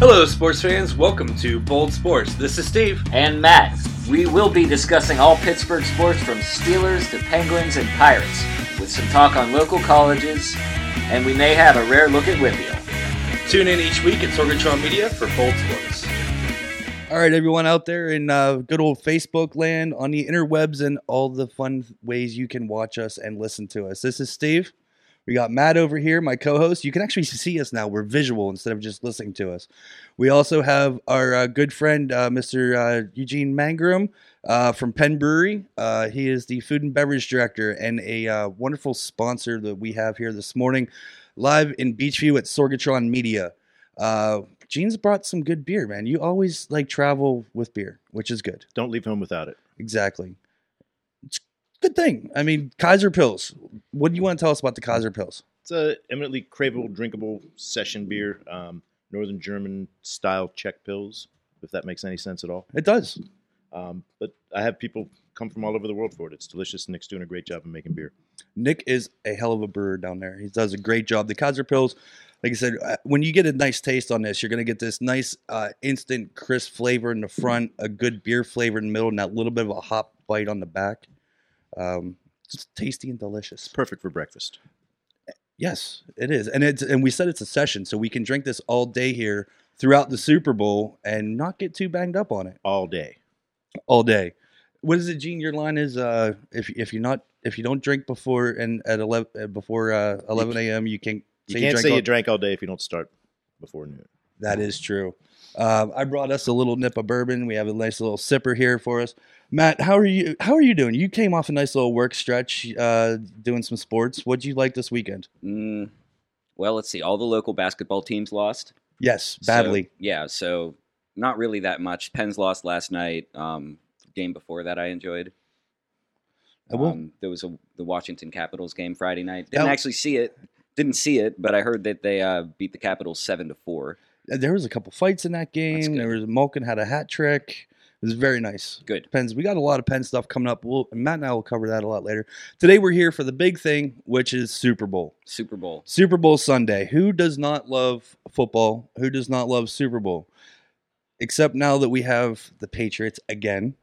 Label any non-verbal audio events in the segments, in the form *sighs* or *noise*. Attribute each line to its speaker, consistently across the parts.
Speaker 1: Hello, sports fans. Welcome to Bold Sports. This is Steve.
Speaker 2: and Matt. We will be discussing all Pittsburgh sports from Steelers to Penguins and Pirates, with some talk on local colleges, and we may have a rare look at Whitfield.
Speaker 1: Tune in each week at Sorgatron Media for Bold Sports.
Speaker 3: All right, everyone out there in uh, good old Facebook land, on the interwebs, and all the fun ways you can watch us and listen to us. This is Steve. We got Uh, Matt over here, my co host. You can actually see us now. We're visual instead of just listening to us. We also have our uh, good friend, uh, Mr. Uh, Eugene Mangrum uh, from Penn Brewery. Uh, he is the food and beverage director and a uh, wonderful sponsor that we have here this morning, live in Beachview at Sorgatron Media. Uh, Gene's brought some good beer, man. You always like travel with beer, which is good.
Speaker 4: Don't leave home without it.
Speaker 3: Exactly. It's a good thing. I mean, Kaiser Pills. What do you want to tell us about the Kaiser Pills?
Speaker 4: It's a eminently craveable, drinkable session beer, um, Northern German style Czech pills, if that makes any sense at all.
Speaker 3: It does.
Speaker 4: Um, but I have people come from all over the world for it. It's delicious. Nick's doing a great job of making beer.
Speaker 3: Nick is a hell of a brewer down there. He does a great job. The Kaiser Pills, like I said, uh, when you get a nice taste on this, you're going to get this nice, uh, instant, crisp flavor in the front, a good beer flavor in the middle, and that little bit of a hop bite on the back. Um, it's tasty and delicious.
Speaker 4: It's perfect for breakfast.
Speaker 3: Yes, it is, and it's and we said it's a session, so we can drink this all day here throughout the Super Bowl and not get too banged up on it
Speaker 4: All day.
Speaker 3: all day. What is it, Gene? Your line is uh, if if you're not if you don't drink before and at eleven uh, before uh, eleven a.m. you can't
Speaker 4: You
Speaker 3: say
Speaker 4: can't say
Speaker 3: all-
Speaker 4: you drank all day if you don't start before noon.
Speaker 3: That is true. Um, I brought us a little nip of bourbon. We have a nice little sipper here for us. Matt, how are you? How are you doing? You came off a nice little work stretch, uh, doing some sports. What'd you like this weekend?
Speaker 5: Mm, well, let's see. All the local basketball teams lost
Speaker 3: Yes,
Speaker 5: So-
Speaker 3: badly.
Speaker 5: yeah, so not really that much. Penn's lost last night. Um, game before that, I enjoyed.
Speaker 3: I will-
Speaker 5: Um, there was a, the Washington Capitals game Friday night. Didn't
Speaker 3: That-
Speaker 5: actually see it. Didn't see it, but I heard that they uh, beat the Capitals seven to four.
Speaker 3: there was a couple fights in that game.
Speaker 5: good.
Speaker 3: There was Malkin had a hat trick. It was very nice.
Speaker 5: Good.
Speaker 3: Pens. We got a lot of Penn stuff coming up. We'll, Matt and I will cover that a lot later. Today we're here for the big thing, which is Super Bowl.
Speaker 5: Super Bowl.
Speaker 3: Super Bowl Sunday. Who does not love football? Who does not love Super Bowl? Except now that we have the Patriots again,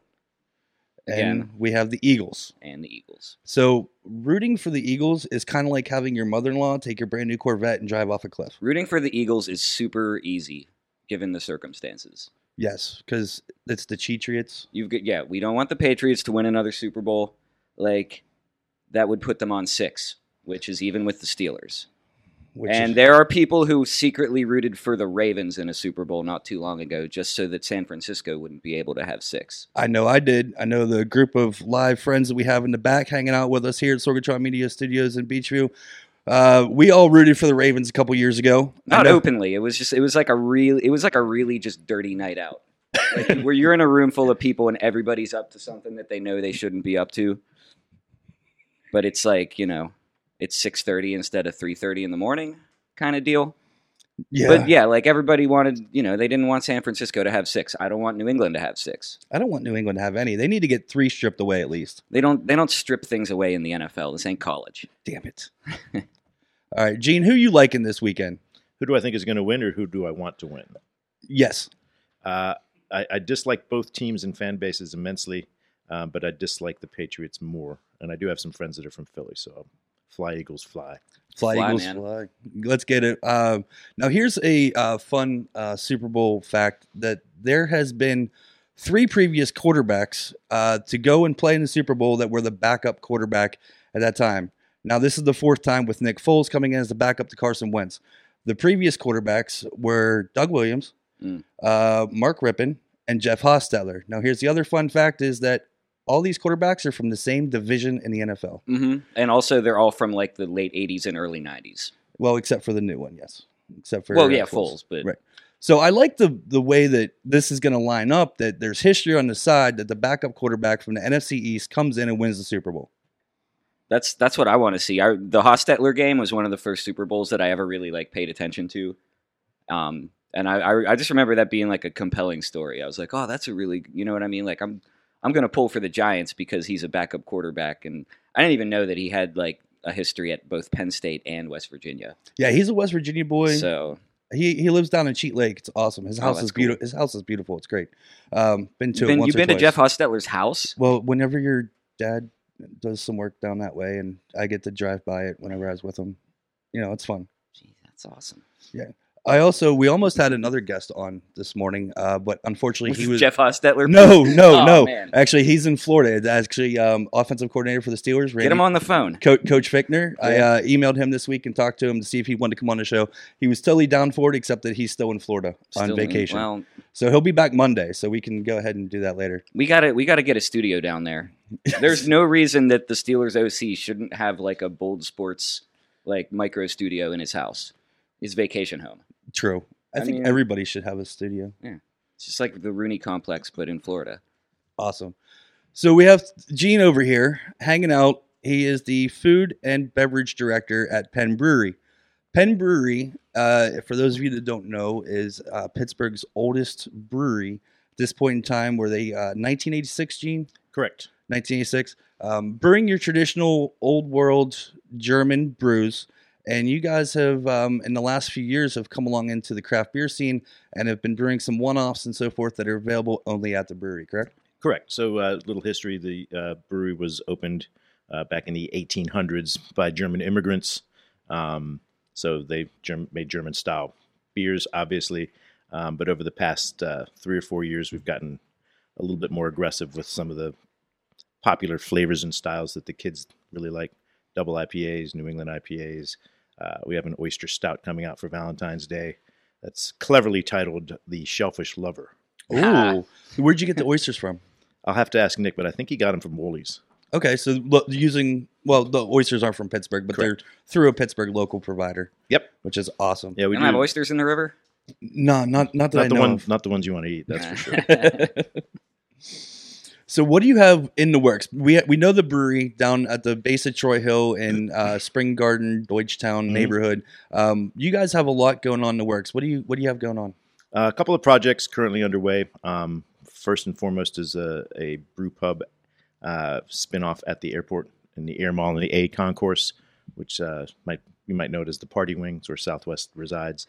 Speaker 3: and
Speaker 5: Again.
Speaker 3: we have the Eagles.
Speaker 5: and the Eagles.
Speaker 3: So rooting for the Eagles is kind of like having your mother-in-law take your brand new Corvette and drive off a cliff.
Speaker 5: Rooting for the Eagles is super easy given the circumstances.
Speaker 3: Yes, because it's the Cheatriots.
Speaker 5: You've got yeah, we don't want the Patriots to win another Super Bowl. Like that would put them on 6, which is even with the Steelers.
Speaker 3: Which
Speaker 5: and
Speaker 3: is,
Speaker 5: there are people who secretly rooted for the Ravens in a Super Bowl not too long ago just so that San Francisco wouldn't be able to have 6.
Speaker 3: I know I did. I know the group of live friends that we have in the back hanging out with us here at Sorgatron Media Studios in Beachview. Uh, we all rooted for the Ravens a couple years ago. I
Speaker 5: Not
Speaker 3: know-
Speaker 5: openly. It was just it was like a real it was like a really just dirty night out.
Speaker 3: *laughs*
Speaker 5: Like, where you're in a room full of people and everybody's up to something that they know they shouldn't be up to. But it's like, you know, it's 6:30 instead of 3:30 in the morning kind of deal.
Speaker 3: Yeah.
Speaker 5: But yeah, like everybody wanted, you know, they didn't want San Francisco to have 6. I don't want New England to have 6.
Speaker 3: I don't want New England to have any. They need to get three stripped away at least.
Speaker 5: They don't they don't strip things away in the NFL. This ain't college.
Speaker 3: Damn
Speaker 5: *laughs*
Speaker 3: it. All right, Gene, who you liking this weekend?
Speaker 4: Who do I think is going to win or who do I want to win?
Speaker 3: Yes.
Speaker 4: Uh, I, I dislike both teams and fan bases immensely, um, but I dislike the Patriots more. And I do have some friends that are from Philly, so fly Eagles fly.
Speaker 3: Fly,
Speaker 5: Fly,
Speaker 3: Eagles
Speaker 5: man.
Speaker 3: fly. Let's get it. Um, now here's a uh, fun uh, Super Bowl fact that there has been three previous quarterbacks uh, to go and play in the Super Bowl that were the backup quarterback at that time. Now this is the fourth time with Nick Foles coming in as the backup to Carson Wentz. The previous quarterbacks were Doug Williams,
Speaker 5: Mm.
Speaker 3: uh, Mark Rippon, and Jeff Hostetler. Now here's the other fun fact is that all these quarterbacks are from the same division in the NFL.
Speaker 5: hmm And also, they're all from like the late '80s and early '90s.
Speaker 3: Well, except for the new one, yes. Except for
Speaker 5: well,
Speaker 3: uh,
Speaker 5: yeah,
Speaker 3: Foles.
Speaker 5: Foles, but
Speaker 3: Right. So I like the the way that this is going to line up. That there's history on the side that the backup quarterback from the NFC East comes in and wins the Super Bowl.
Speaker 5: that's that's what I want to see. I, the Hostetler game was one of the first Super Bowls that I ever really like paid attention to, um, and I, I I just remember that being like a compelling story. I was like, oh, that's a really you know what I mean? Like I'm I'm gonna pull for the Giants because he's a backup quarterback, and I didn't even know that he had like a history at both Penn State and West Virginia.
Speaker 3: Yeah, he's a West Virginia boy.
Speaker 5: So
Speaker 3: He he lives down in Cheat Lake. It's awesome. His
Speaker 5: Oh,
Speaker 3: house
Speaker 5: that's
Speaker 3: is
Speaker 5: cool.
Speaker 3: beautiful. His house is beautiful. It's great. Um, been to
Speaker 5: You've
Speaker 3: it
Speaker 5: been,
Speaker 3: once
Speaker 5: you've
Speaker 3: or
Speaker 5: been to
Speaker 3: twice.
Speaker 5: Jeff Hostetler's house?
Speaker 3: Well, whenever your dad does some work down that way, and I get to drive by it whenever I was with him, you know, it's fun.
Speaker 5: Gee, that's awesome.
Speaker 3: I also we almost had another guest on this morning, uh, but unfortunately he was
Speaker 5: Jeff Hostetler.
Speaker 3: no, no,
Speaker 5: Oh,
Speaker 3: no.
Speaker 5: man.
Speaker 3: Actually, he's in Florida. Actually, um, offensive coordinator for the Steelers.
Speaker 5: Get
Speaker 3: Randy
Speaker 5: him on the phone.
Speaker 3: Co- Coach Fickner. I uh, emailed him this week and talked to him to see if he wanted to come on the show. He was totally down for it, except that he's still in Florida on
Speaker 5: Still-
Speaker 3: vacation.
Speaker 5: Well,
Speaker 3: So he'll be back Monday. So we can go ahead and do that later.
Speaker 5: we got to we got to get a studio
Speaker 4: *laughs*
Speaker 5: down there. There's no reason that the Steelers OC shouldn't have like a bold sports like micro studio in his house, his vacation home.
Speaker 3: True. I,
Speaker 5: I
Speaker 3: think
Speaker 5: mean-
Speaker 3: everybody should have a studio.
Speaker 5: It's just like the Rooney Complex, but in Florida.
Speaker 3: Awesome. So we have Gene over here hanging out. He is the food and beverage director at Penn Brewery. Penn Brewery, uh, for those of you that don't know, is uh, Pittsburgh's oldest brewery at this point in time. Were they uh, 1986, Gene?
Speaker 4: Correct.
Speaker 3: 1986. Um, brewing your traditional old world German brews, and you guys have um, in the last few years have come along into the craft beer scene and have been brewing some one-offs and so forth that are available only at the brewery. Correct?
Speaker 4: Correct. So, uh, little history: the uh, brewery was opened uh, back in the 1800s by German immigrants. Um, so they Germ- made German style beers, obviously. Um, but over the past uh, three or four years, we've gotten a little bit more aggressive with some of the popular flavors and styles that the kids really like: double IPAs, New England IPAs. Uh, we have an oyster stout coming out for Valentine's Day. That's cleverly titled "The Shellfish Lover."
Speaker 5: Ah.
Speaker 3: *laughs* Where'd you get the oysters from?
Speaker 4: I'll have to ask Nick, but I think he got them from Woolies.
Speaker 3: Okay, so lo- using well, the oysters aren't from Pittsburgh, but they're through a Pittsburgh local provider.
Speaker 4: Yep.
Speaker 3: which is awesome.
Speaker 4: Yeah, we
Speaker 5: We don't
Speaker 4: do.
Speaker 5: have oysters in the river.
Speaker 3: No, not not that I
Speaker 4: not the
Speaker 3: know.
Speaker 4: one,
Speaker 3: of.
Speaker 4: not the ones you want to eat. That's for sure.
Speaker 3: So what do you have in the works? We we know the brewery down at the base of Troy Hill in
Speaker 4: Mm-hmm.
Speaker 3: uh, Spring Garden, Deutschtown
Speaker 4: Mhm.
Speaker 3: neighborhood. Um, you guys have a lot going on in the works. What do you what do you have going on?
Speaker 4: Uh, a couple of projects currently underway. Um, first and foremost is a, a brew pub uh, spinoff at the airport in the Air Mall in the A concourse, which uh, might you might know it as the Party Wings, where Southwest
Speaker 5: *laughs*
Speaker 4: resides.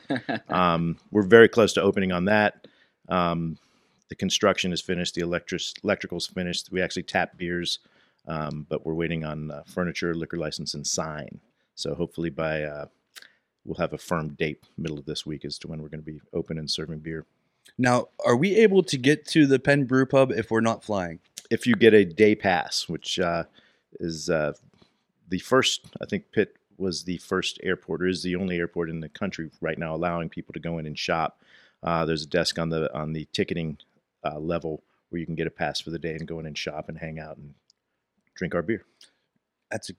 Speaker 4: um, we're very close to opening on that. Um, the construction is finished. The electric electrical's finished. We actually tap beers, um, but we're waiting on uh, furniture, liquor license, and sign. So hopefully by uh, we'll have a firm date middle of this week as to when we're going to be open and serving beer.
Speaker 3: Now, are we able to get to the Penn Brew Pub if we're not flying?
Speaker 4: If you get a day pass, which uh, is uh, the first, I think Pitt was the first airport or is the only airport in the country right now allowing people to go in and shop. Uh, there's a desk on the on the ticketing uh, level where you can get a pass for the day and go in and shop and hang out and drink our beer.
Speaker 3: That's a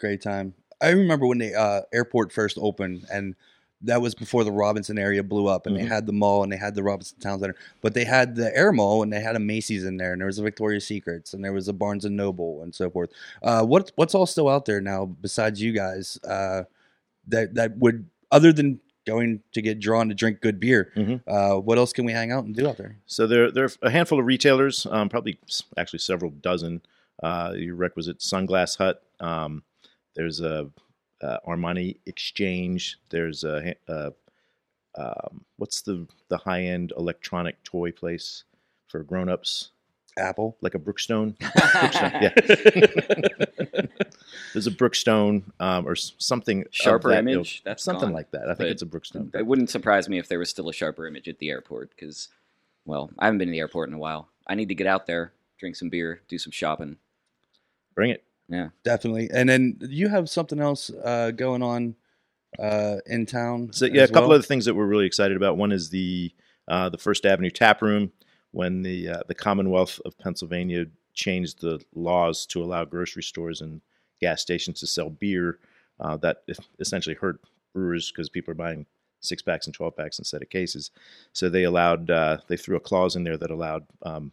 Speaker 3: great time. I remember when the uh, airport first opened, and that was before the Robinson area blew up, and
Speaker 4: Mhm.
Speaker 3: they had the mall and they had the Robinson Town Center, but they had the Air Mall and they had a Macy's in there, and there was a Victoria's Secrets, and there was a Barnes and Noble, and so forth. Uh, what what's all still out there now besides you guys uh, that that would other than going to get drawn to drink good beer?
Speaker 4: Mhm.
Speaker 3: Uh, what else can we hang out and do out there?
Speaker 4: So there, there are a handful of retailers, um, probably s- actually several dozen. Uh, your requisite Sunglass Hut. Um, there's a uh, Armani Exchange. There's a, ha- uh um, what's the the high end electronic toy place for grown ups,
Speaker 3: Apple.
Speaker 4: like a
Speaker 5: *laughs*
Speaker 4: Brookstone. Brookstone, yeah. there's a Brookstone um, or s- something of
Speaker 5: Sharper
Speaker 4: that ilk.
Speaker 5: image. That's
Speaker 4: something
Speaker 5: gone.
Speaker 4: like that. I think
Speaker 5: But-
Speaker 4: it's a Brookstone.
Speaker 5: It wouldn't surprise me if there was still a sharper image at the airport because, well, I haven't been to the airport in a while. I need to get out there, drink some beer, do some shopping.
Speaker 4: Bring it.
Speaker 3: Definitely. And then you have something else uh, going on uh, in town.
Speaker 4: So yeah, a
Speaker 3: as
Speaker 4: couple
Speaker 3: well?
Speaker 4: of the things that we're really excited about. One is the uh, the First Avenue Tap Room. When the uh, the Commonwealth of Pennsylvania changed the laws to allow grocery stores and gas stations to sell beer, uh, that essentially hurt brewers because people are buying six packs and twelve packs instead of cases. So they allowed uh, they threw a clause in there that allowed um,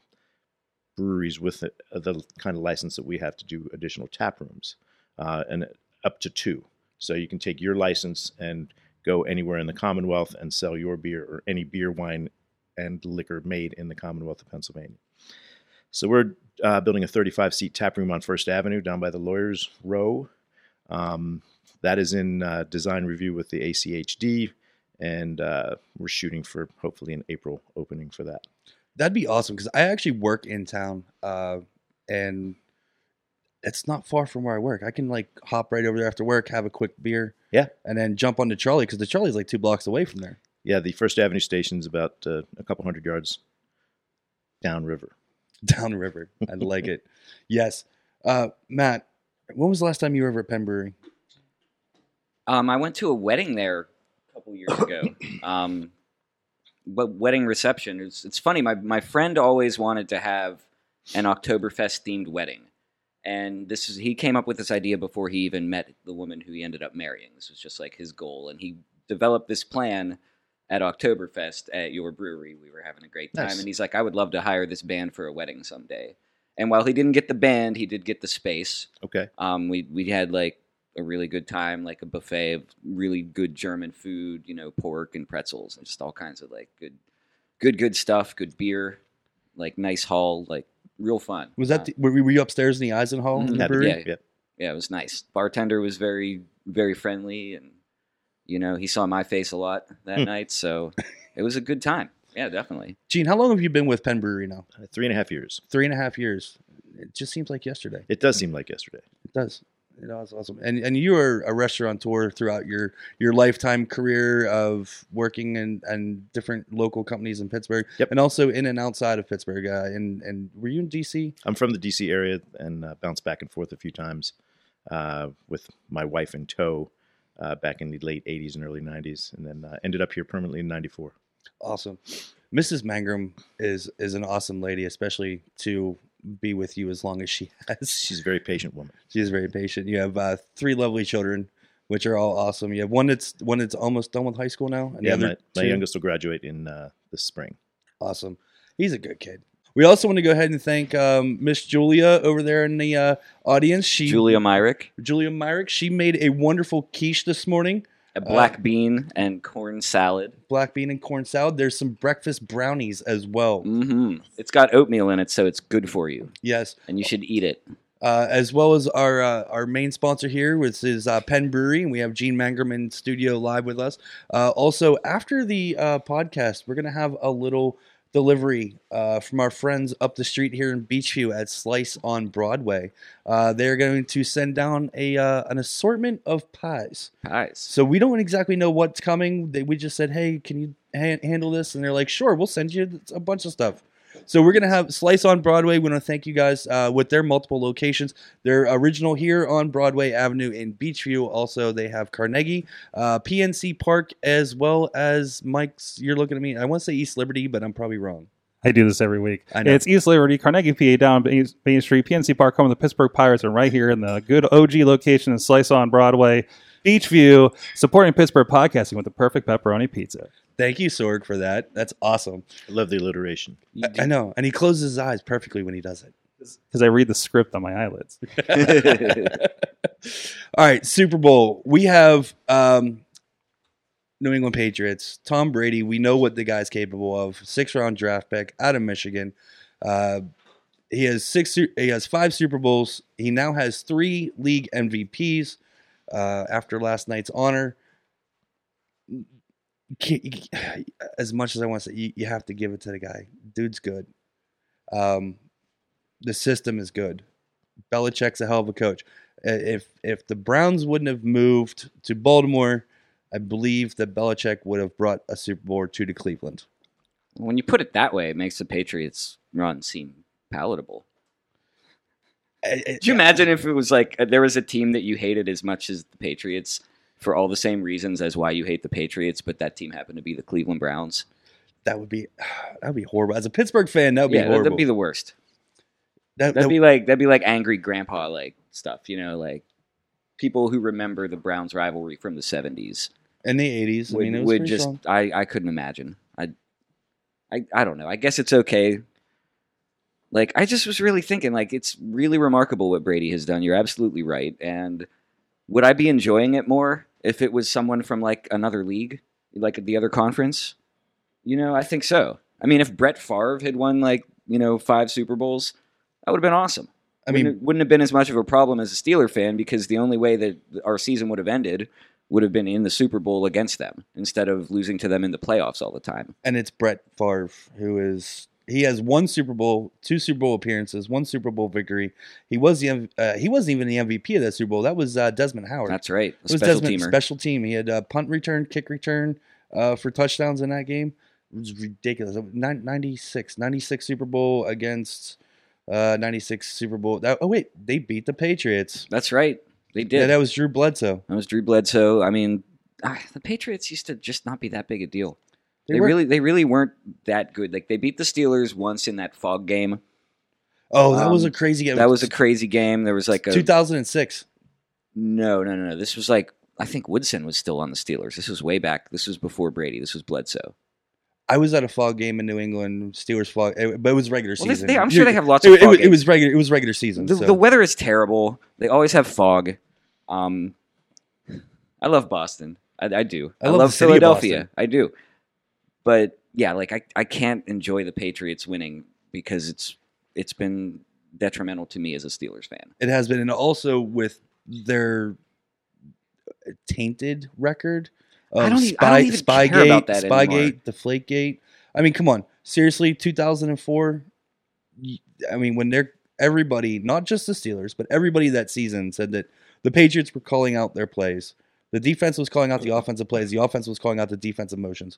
Speaker 4: breweries with the, the kind of license that we have to do additional tap rooms uh, and up to two. So you can take your license and go anywhere in the Commonwealth and sell your beer or any beer, wine, and liquor made in the Commonwealth of Pennsylvania. So we're uh, building a 35 seat tap room on First Avenue down by the Lawyers Row. Um, that is in uh, design review with the ACHD, and uh, we're shooting for hopefully an April opening for that.
Speaker 3: That'd be awesome because I actually work in town, uh, and it's not far from where I work. I can like hop right over there after work, have a quick beer,
Speaker 4: Yeah.
Speaker 3: and then jump on the trolley because the trolley's like two blocks away from there. *laughs*
Speaker 4: Yeah, the First Avenue station's about uh, a couple hundred yards downriver.
Speaker 3: downriver. I like it. Yes, uh, Matt. When was the last time you were over at Penn Brewery?
Speaker 5: Um, I went to a wedding there a couple years ago. um, but wedding reception. It's, it's funny. My my friend always wanted to have an Oktoberfest themed wedding, and this is he came up with this idea before he even met the woman who he ended up marrying. This was just like his goal, and he developed this plan at Oktoberfest at your brewery. We were having a great time,
Speaker 4: Nice.
Speaker 5: and he's like, "I would love to hire this band for a wedding someday." And while he didn't get the band, he did get the space.
Speaker 4: Okay.
Speaker 5: Um, we we had like a really good time, like a buffet of really good German food, you know, pork and pretzels and just all kinds of like good, good, good stuff, good beer, like nice hall, like real fun.
Speaker 3: Was that
Speaker 5: Uh,
Speaker 3: the, were, were you upstairs in the Eisen Hall in the
Speaker 4: Had to be-
Speaker 3: brewery?
Speaker 5: yeah. yeah, it was nice. Bartender was very very friendly, and you know he saw my face a lot that
Speaker 4: Hmm.
Speaker 5: night, so it was a good time. Yeah, definitely.
Speaker 3: Gene, how long have you been with Penn Brewery now?
Speaker 4: Uh, Three and a half years.
Speaker 3: Three and a half years. It just seems like yesterday.
Speaker 4: It does seem like yesterday.
Speaker 3: It does. It was awesome. And and you were a restaurateur throughout your your lifetime career of working in and different local companies in Pittsburgh,
Speaker 4: Yep.
Speaker 3: and also in and outside of Pittsburgh. Uh, and and were you in DC?
Speaker 4: I'm from the DC area and uh, bounced back and forth a few times uh, with my wife in tow uh, back in the late 80s and early 90s, and then uh, ended up here permanently in 94.
Speaker 3: Awesome. Mrs. Mangrum is is an awesome lady, especially to be with you as long as she *laughs* has.
Speaker 4: She's a very patient woman.
Speaker 3: She's very patient. You have uh, three lovely children, which are all awesome. You have one that's one that's almost done with high school now, and
Speaker 4: yeah,
Speaker 3: the
Speaker 4: my,
Speaker 3: other
Speaker 4: my
Speaker 3: two-
Speaker 4: youngest will graduate in uh, this spring.
Speaker 3: awesome. He's a good kid. We also want to go ahead and thank um, Miss Julia over there in the uh, audience. She
Speaker 5: Julia Myrick,
Speaker 3: Julia Myrick. She made a wonderful quiche this morning,
Speaker 5: a black bean and corn salad.
Speaker 3: black bean and corn salad. There's some breakfast brownies as well.
Speaker 5: hmm It's got oatmeal in it, so it's good for you,
Speaker 3: Yes,
Speaker 5: and you should eat it.
Speaker 3: uh, as well as our uh, our main sponsor here, which is uh, Penn Brewery, and we have Gene Mangerman in studio live with us. Uh, also, after the uh, podcast, we're gonna have a little delivery uh, from our friends up the street here in Beachview at Slice on Broadway. Uh, they're going to send down a uh, an assortment of pies.
Speaker 5: Pies.
Speaker 3: So we don't exactly know what's coming. They, we just said, "Hey, can you han- handle this?" And they're like, "Sure, we'll send you a bunch of stuff." So we're gonna have Slice on Broadway. We want to thank you guys uh, with their multiple locations. Their original here on Broadway Avenue in Beachview. Also, they have Carnegie, uh, PNC Park, as well as Mike's. You're looking at me. I want to say East Liberty, but I'm probably wrong.
Speaker 6: I do this every week.
Speaker 3: I know.
Speaker 6: It's East Liberty, Carnegie, PA, down Main Main Street, PNC Park, home of the Pittsburgh Pirates, and right here in the good OG location in Slice on Broadway, Beachview, supporting Pittsburgh podcasting with the perfect pepperoni pizza.
Speaker 3: Thank you, Sorg, for that. That's awesome.
Speaker 4: I love the alliteration.
Speaker 5: You
Speaker 3: I, I know, and he closes his eyes perfectly when he does it.
Speaker 6: Because I read the script on my eyelids.
Speaker 3: All right, Super Bowl. We have um, New England Patriots, Tom Brady. We know what the guy's capable of. Six round draft pick out of Michigan. Uh, he has six. Su- He has five Super Bowls. He now has three league MVPs uh, after last night's honor. Can't- you- As much as I want to say, you, you have to give it to the guy. Dude's good. Um, the system is good. Belichick's a hell of a coach. Uh, If if the Browns wouldn't have moved to Baltimore, I believe that Belichick would have brought a Super Bowl or two to Cleveland. *laughs*
Speaker 5: When you put it that way, it makes the Patriots run seem palatable.
Speaker 3: I- I-
Speaker 5: Could you imagine if it was like uh, there was a team that you hated as much as the Patriots for all the same reasons as why you hate the Patriots, but that team happened to be the Cleveland Browns?
Speaker 3: that would be *sighs* that would be horrible. As a Pittsburgh fan, that would
Speaker 5: yeah,
Speaker 3: be
Speaker 5: that-
Speaker 3: horrible.
Speaker 5: that'd be the worst.
Speaker 3: That-
Speaker 5: That'd
Speaker 3: that-
Speaker 5: be like that'd be like angry grandpa like stuff, you know, like people who remember the Browns rivalry from the seventies
Speaker 3: in the eighties. I
Speaker 5: would,
Speaker 3: mean, it was
Speaker 5: would
Speaker 3: pretty
Speaker 5: just
Speaker 3: strong.
Speaker 5: I, I couldn't imagine. I, I I don't know. I guess it's okay. Like I just was really thinking, like it's really remarkable what Brady has done. You're absolutely right. And would I be enjoying it more if it was someone from like another league, like the other conference? You know, I think so. I mean, if Brett Favre had won like you know five Super Bowls, that would have been awesome.
Speaker 3: I mean,
Speaker 5: wouldn't, wouldn't have been as much of a problem as a Steeler fan because the only way that our season would have ended would have been in the Super Bowl against them instead of losing to them in the playoffs all the time.
Speaker 3: and it's Brett Favre who is he has one Super Bowl, two Super Bowl appearances, one Super Bowl victory. He was the M- uh, he wasn't even the MVP of that Super Bowl. That was uh, Desmond Howard.
Speaker 5: That's right.
Speaker 3: it
Speaker 5: A
Speaker 3: was
Speaker 5: special
Speaker 3: Desmond
Speaker 5: teamer.
Speaker 3: special team. He had uh, punt return, kick return uh, for touchdowns in that game. It was ridiculous. Nin- 96, 96 Super Bowl against uh, 96 Super Bowl. That, oh wait, they beat the Patriots.
Speaker 5: That's right. They did.
Speaker 3: Yeah, that was Drew Bledsoe.
Speaker 5: That was Drew Bledsoe. I mean, ah, the Patriots used to just not be that big a deal. They,
Speaker 3: were-
Speaker 5: really, they really weren't that good. Like they beat the Steelers once in that fog game.
Speaker 3: Oh, that
Speaker 5: um,
Speaker 3: was a crazy game.
Speaker 5: That was a crazy game. There was like a
Speaker 3: 2006.
Speaker 5: no, no, no, no. This was like I think Woodson was still on the Steelers. This was way back. This was before Brady. This was Bledsoe.
Speaker 3: I was at a fog game in New England, Steelers fog, it- but it was regular
Speaker 5: Well,
Speaker 3: season.
Speaker 5: they, I'm sure
Speaker 3: You-
Speaker 5: they have lots
Speaker 3: it,
Speaker 5: of.
Speaker 3: it
Speaker 5: fog
Speaker 3: was, it
Speaker 5: games.
Speaker 3: was regular. It was regular season.
Speaker 5: the,
Speaker 3: so.
Speaker 5: the weather is terrible. They always have fog. Um, I love Boston. I, I do.
Speaker 3: I
Speaker 5: I,
Speaker 3: love
Speaker 5: love,
Speaker 3: the city of
Speaker 5: Philadelphia.
Speaker 3: Boston.
Speaker 5: I do. But yeah, like I, I can't enjoy the Patriots winning because it's it's been detrimental to me as a Steelers fan. *laughs*
Speaker 3: it has been, and also with their tainted record of
Speaker 5: I don't e- I
Speaker 3: spy,
Speaker 5: don't even
Speaker 3: spygate,
Speaker 5: care about that anymore.
Speaker 3: spygate, deflategate. I mean, come on, seriously, 2004. y- I mean, when they're everybody, not just the Steelers, but everybody that season said that the Patriots were calling out their plays. The defense was calling out the offensive plays. The offense was calling out the defensive motions.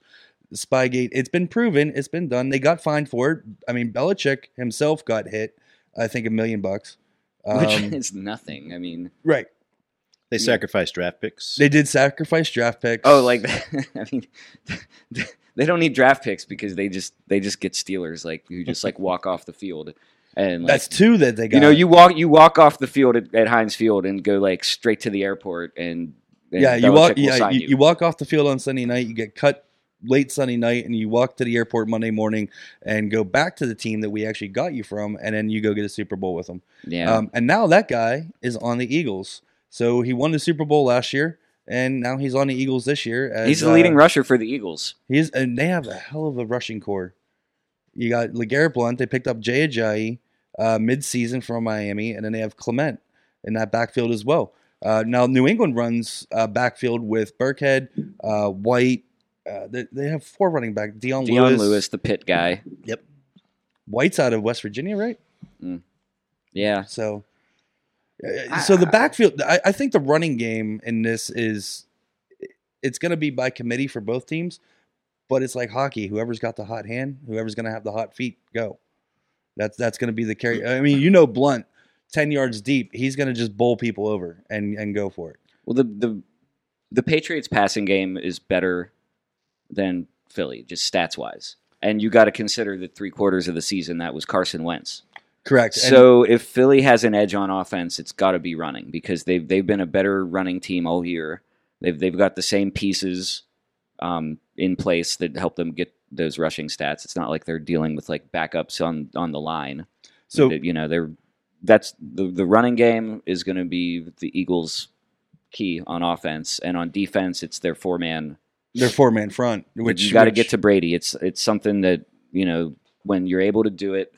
Speaker 3: Spygate, it's been proven. It's been done. They got fined for it. I mean, Belichick himself got hit, I think, a million bucks.
Speaker 5: Which
Speaker 3: Um,
Speaker 5: is nothing. I mean,
Speaker 3: Right.
Speaker 4: They sacrificed draft picks.
Speaker 3: They did sacrifice draft picks.
Speaker 5: oh, like *laughs* I mean, they don't need draft picks because they just they just get Steelers like who just like walk off the field and like,
Speaker 3: that's two that they got.
Speaker 5: you know, you walk you walk off the field at, at Heinz Field and go like straight to the airport and, and
Speaker 3: yeah, you
Speaker 5: Belichick
Speaker 3: walk,
Speaker 5: will
Speaker 3: yeah,
Speaker 5: sign
Speaker 3: you, you walk off the field on Sunday night. You get cut late Sunday night, and you walk to the airport Monday morning, and go back to the team that we actually got you from, and then you go get a Super Bowl with them.
Speaker 5: yeah.
Speaker 3: Um, and now that guy is on the Eagles. So he won the Super Bowl last year, and now he's on the Eagles this year. As,
Speaker 5: He's the
Speaker 3: uh,
Speaker 5: leading rusher for the Eagles.
Speaker 3: He's and they have a hell of a rushing core. You got Legarrette Blunt. They picked up Jay Ajayi uh, mid-season from Miami, and then they have Clement in that backfield as well. Uh, now New England runs uh, backfield with Burkhead, uh, White. Uh, they, they have four running back. Deion,
Speaker 5: Deion
Speaker 3: Lewis.
Speaker 5: Lewis. the pit guy.
Speaker 3: White's out of West Virginia, right?
Speaker 5: Yeah.
Speaker 3: So, uh,
Speaker 5: I-
Speaker 3: so the
Speaker 5: I-
Speaker 3: backfield. I, I think the running game in this is it's going to be by committee for both teams, but it's like hockey. Whoever's got the hot hand, whoever's going to have the hot feet, go. That's that's going to be the carry. I mean, you know, Blunt, ten yards deep, he's going to just bowl people over and and go for it.
Speaker 5: Well, the the the Patriots passing game is better than Philly, just stats wise. And you got to consider that three quarters of the season that was Carson Wentz.
Speaker 3: Correct. And
Speaker 5: So if Philly has an edge on offense, it's got to be running because they've they've been a better running team all year. They've they've got the same pieces um, in place that help them get those rushing stats. It's not like they're dealing with like backups on on the line.
Speaker 3: so
Speaker 5: That, you know they're that's the the running game is going to be the Eagles' key on offense, and on defense, it's their four man
Speaker 3: they're four man front,
Speaker 5: which
Speaker 3: which
Speaker 5: you got to
Speaker 3: which-
Speaker 5: get to Brady. It's it's something that you know when you're able to do it,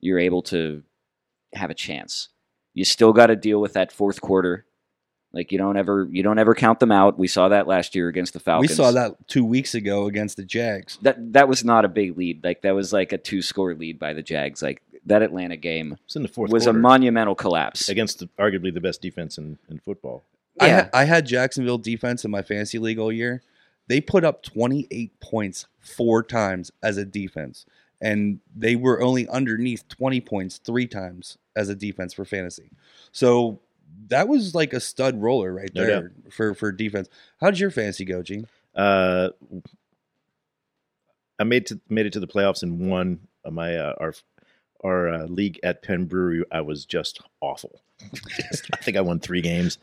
Speaker 5: you're able to have a chance. You still got to deal with that fourth quarter. Like you don't ever you don't ever count them out. We saw that last year against the
Speaker 3: We
Speaker 5: Falcons.
Speaker 3: saw that two weeks ago against the Jags.
Speaker 5: That that was not a big lead. Like that was like a two score lead by the Jags. Like that Atlanta game
Speaker 4: It's in the fourth
Speaker 5: was
Speaker 4: quarter
Speaker 5: a monumental collapse.
Speaker 4: against the, arguably the best defense in, in football.
Speaker 3: I,
Speaker 5: Yeah.
Speaker 3: ha- I had Jacksonville defense in my fantasy league all year. They put up 28 points four times as a defense, and they were only underneath 20 points three times as a defense for fantasy. So that was like a stud roller right
Speaker 4: No
Speaker 3: there for, for defense. How did your fantasy go, Gene?
Speaker 4: Uh, I made to, made it to the playoffs in one of my uh, our our uh, league at Penn Brewery. I was just awful. *laughs* Just- I think I won three games,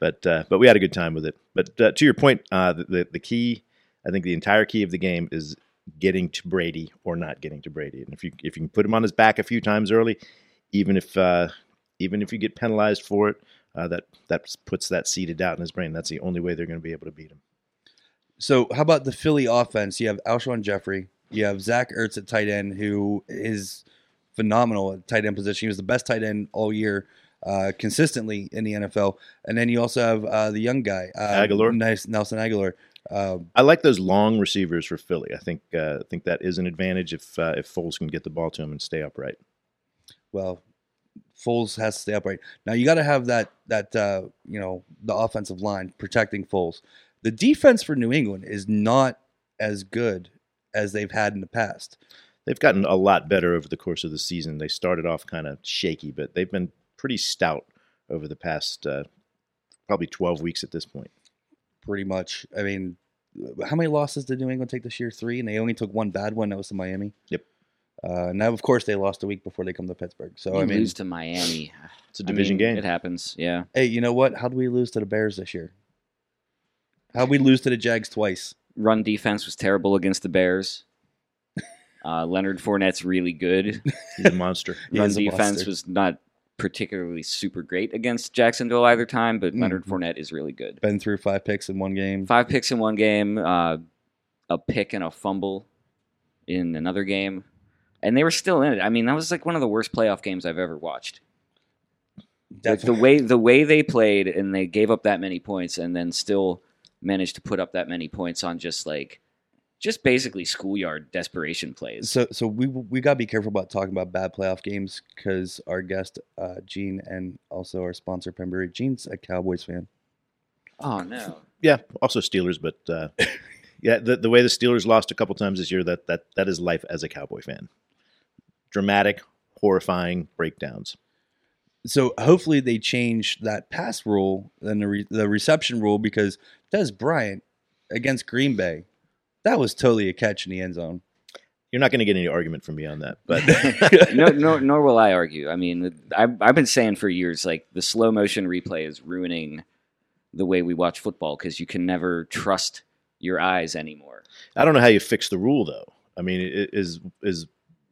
Speaker 4: but uh, but we had a good time with it. But uh, to your point, uh, the, the the key, I think the entire key of the game is getting to Brady or not getting to Brady. And if you if you can put him on his back a few times early, even if uh, even if you get penalized for it, uh, that that puts that seeded out in his brain. That's the only way they're going to be able to beat him.
Speaker 3: So, how about the Philly offense? You have Alshon Jeffrey, you have Zach Ertz at tight end, who is phenomenal at tight end position. He was the best tight end all year. uh, consistently in the NFL. And then you also have uh, the young guy, uh,
Speaker 4: Aguilar?
Speaker 3: nice Nelson Aguilar. Uh,
Speaker 4: I like those long receivers for Philly. I think uh, I think that is an advantage if uh, if Foles can get the ball to him and stay upright.
Speaker 3: well, Foles has to stay upright. Now you got to have that that uh, you know the offensive line protecting Foles. The defense for New England is not as good as they've had in the past.
Speaker 4: They've gotten a lot better over the course of the season. They started off kind of shaky, but they've been pretty stout over the past uh, probably 12 weeks at this point.
Speaker 3: Pretty much. I mean, how many losses did New England take this year? Three, and they only took one bad one. That was to Miami.
Speaker 4: Yep.
Speaker 3: Uh, and now, of course, they lost a week before they come to Pittsburgh. So
Speaker 5: You
Speaker 3: I mean,
Speaker 5: lose to Miami.
Speaker 4: It's a division game.
Speaker 5: It happens. Yeah.
Speaker 3: hey, you know what? How did we lose to the Bears this year? How we lose to the Jags twice?
Speaker 5: Run defense was terrible against the Bears. Uh, Leonard Fournette's really good.
Speaker 4: He's a monster.
Speaker 3: He
Speaker 5: Run
Speaker 3: is a
Speaker 5: defense
Speaker 3: monster.
Speaker 5: was not particularly super great against Jacksonville either time, but
Speaker 3: Mm.
Speaker 5: Leonard Fournette is really good.
Speaker 3: Been through five picks in one game.
Speaker 5: Five picks in one game, uh, a pick and a fumble in another game, and they were still in it. I mean, that was like one of the worst playoff games I've ever watched. Like the
Speaker 3: Definitely.
Speaker 5: way the way they played and they gave up that many points and then still managed to put up that many points on just like just basically schoolyard desperation plays.
Speaker 3: So, so we we gotta be careful about talking about bad playoff games because our guest uh, Gene and also our sponsor Pembury, Gene's a Cowboys fan.
Speaker 5: Oh no.
Speaker 4: Yeah, also Steelers, but uh, yeah, the, the way the Steelers lost a couple times this year, that that that is life as a Cowboy fan. Dramatic, horrifying breakdowns.
Speaker 3: So hopefully they change that pass rule and the re- the reception rule because Des Bryant against Green Bay, that was totally a catch in the end zone.
Speaker 4: You're not going to get any argument from me on that,
Speaker 5: *laughs*
Speaker 4: but *laughs*
Speaker 5: No nor, nor will I argue. I mean, I've, I've been saying for years like the slow motion replay is ruining the way we watch football because you can never trust your eyes anymore.
Speaker 4: I don't know how you fix the rule though. I mean, it- it is is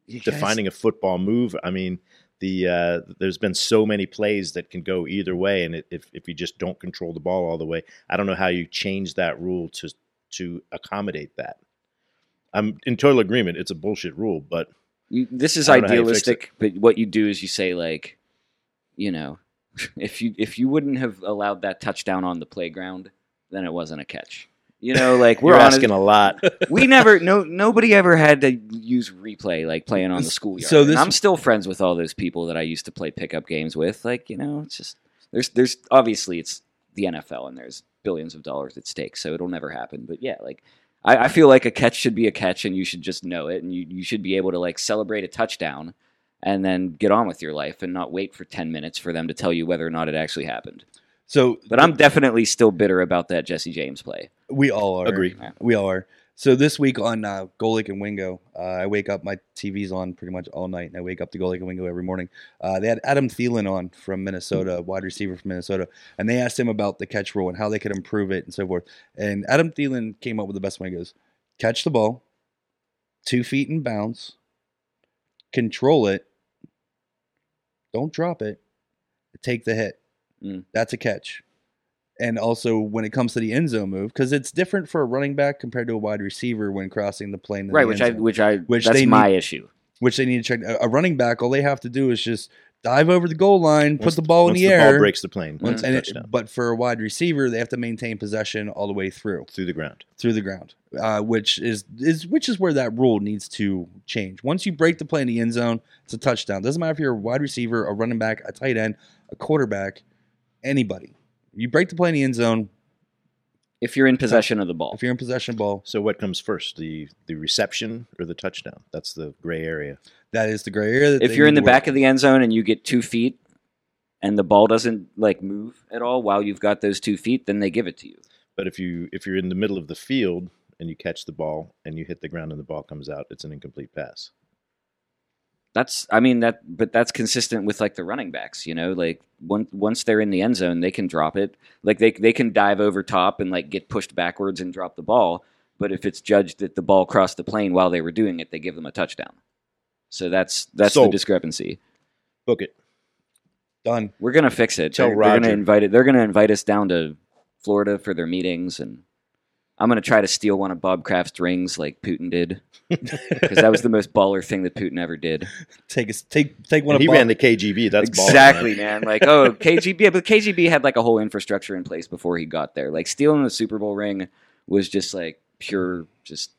Speaker 4: defining a football move. I mean, the uh, there's been so many plays that can go either way, and it, if if you just don't control the ball all the way, I don't know how you change that rule to to accommodate that. I'm in total agreement. It's a bullshit rule, but
Speaker 5: You, this is
Speaker 4: I don't know how you fix
Speaker 5: idealistic, but what you do is you say like, you know, *laughs* if you if you wouldn't have allowed that touchdown on the playground, then it wasn't a catch. You know, like we're
Speaker 4: you're
Speaker 5: honest,
Speaker 4: asking a lot.
Speaker 5: *laughs* we never no nobody ever had to use replay like playing on the schoolyard.
Speaker 3: So
Speaker 5: So
Speaker 3: this-
Speaker 5: I'm still friends with all those people that I used to play pickup games with. Like you know, it's just there's there's obviously it's the NFL and there's billions of dollars at stake, so it'll never happen. But yeah, like I, I feel like a catch should be a catch, and you should just know it, and you you should be able to like celebrate a touchdown. And then get on with your life and not wait for 10 minutes for them to tell you whether or not it actually happened.
Speaker 3: So,
Speaker 5: But I'm definitely still bitter about that Jesse James play.
Speaker 3: we all are
Speaker 4: *laughs* Agree.
Speaker 3: We all are. So this week on uh, Golik and Wingo, uh, I wake up. My TV's on pretty much all night, and I wake up to Golik and Wingo every morning. Uh, they had Adam Thielen on
Speaker 5: Hmm.
Speaker 3: from Minnesota, a wide receiver from Minnesota, and they asked him about the catch rule and how they could improve it and so forth. And Adam Thielen came up with the best one. He goes, "Catch the ball, two feet in bounds, control it, don't drop it, take the hit.
Speaker 5: Mm.
Speaker 3: That's a catch." and also when it comes to the end zone move, because it's different for a running back compared to a wide receiver when crossing the plane. than
Speaker 5: Right,
Speaker 3: the
Speaker 5: which I
Speaker 3: end zone,
Speaker 5: which I
Speaker 3: Which
Speaker 5: that's
Speaker 3: they
Speaker 5: my issue.
Speaker 3: which they need to check. A a running back, all they have to do is just dive over the goal line, put
Speaker 4: Once-
Speaker 3: the ball in
Speaker 4: once
Speaker 3: the, air.
Speaker 4: ball breaks the plane.
Speaker 5: Once-
Speaker 4: Once
Speaker 3: and it-
Speaker 4: touchdown
Speaker 3: but for a wide receiver, they have to maintain possession all the way through
Speaker 4: through the ground.
Speaker 3: through the ground, uh, which is is which is where that rule needs to change. Once you break the play in the end zone, it's a touchdown. Doesn't matter if you're a wide receiver, a running back, a tight end, a quarterback, anybody. You break the play in the end zone.
Speaker 5: if you're in possession of the ball.
Speaker 3: If you're in possession of the ball,
Speaker 4: So what comes first, the the reception or the touchdown? That's the gray area.
Speaker 3: That is the gray area. That
Speaker 5: If
Speaker 3: they
Speaker 5: you're in
Speaker 3: need
Speaker 5: the
Speaker 3: to work
Speaker 5: back of the end zone and you get two feet and the ball doesn't like move at all while you've got those two feet, then they give it to you.
Speaker 4: But if you if you're in the middle of the field and you catch the ball and you hit the ground and the ball comes out, it's an incomplete pass.
Speaker 5: That's I mean that but that's consistent with like the running backs, you know, like once once they're in the end zone, they can drop it. Like they they can dive over top and like get pushed backwards and drop the ball, but if it's judged that the ball crossed the plane while they were doing it, they give them a touchdown. So that's that's the
Speaker 4: Sold.
Speaker 5: discrepancy.
Speaker 4: Book it.
Speaker 3: done.
Speaker 5: We're gonna fix it.
Speaker 4: Tell
Speaker 5: they're, they're gonna
Speaker 4: Roger.
Speaker 5: invite it. They're gonna invite us down to Florida for their meetings, and I'm gonna try to steal one of Bob Kraft's rings like Putin
Speaker 4: *laughs*
Speaker 5: did, because that was the most baller thing that Putin ever did.
Speaker 3: Take a, take take one
Speaker 4: And
Speaker 3: of
Speaker 4: he
Speaker 3: Bob-
Speaker 4: ran the KGB. That's baller,
Speaker 5: exactly,
Speaker 4: man.
Speaker 5: man. Like, oh, KGB, yeah, but KGB had like a whole infrastructure in place before he got there. Like stealing the Super Bowl ring was just like pure, just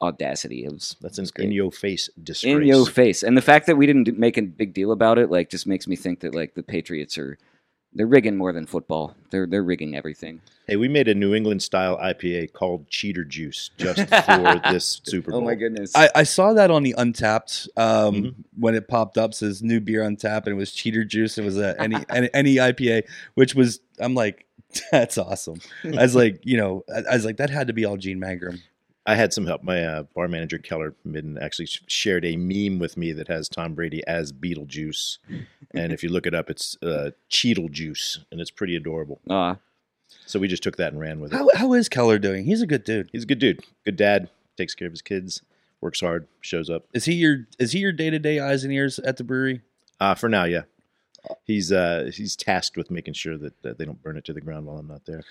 Speaker 5: audacity. It was
Speaker 4: That's
Speaker 5: it
Speaker 4: an
Speaker 5: was great.
Speaker 4: in your face disgrace.
Speaker 5: in your face. And the fact that we didn't do- make a big deal about it, like, just makes me think that like the Patriots are they're rigging more than football. They're they're rigging everything.
Speaker 4: hey, we made a New England style IPA called Cheater Juice
Speaker 5: *laughs*
Speaker 4: just for this Super Bowl.
Speaker 5: Oh my goodness!
Speaker 3: I, I saw that on the Untapped um,
Speaker 4: Mhm.
Speaker 3: when it popped up. Says new beer Untapped, and it was Cheater Juice. It was a any any, any IPA, which was I'm like, *laughs* that's awesome. I was like, you know, I, I was like, that had to be all Gene Mangrum.
Speaker 4: I had some help. My uh, bar manager Keller Midden actually sh- shared a meme with me that has Tom Brady as Beetlejuice, and if you look it up, it's uh, Cheetle Juice, and it's pretty adorable.
Speaker 5: Aw.
Speaker 4: So we just took that and ran with it.
Speaker 3: How how is Keller doing? He's a good dude.
Speaker 4: He's a good dude, good dad, takes care of his kids, works hard, shows up.
Speaker 3: Is he your is he your day to day eyes and ears at the brewery?
Speaker 4: Uh, for now, yeah. He's uh, he's tasked with making sure that, that they don't burn it to the ground while I'm not there.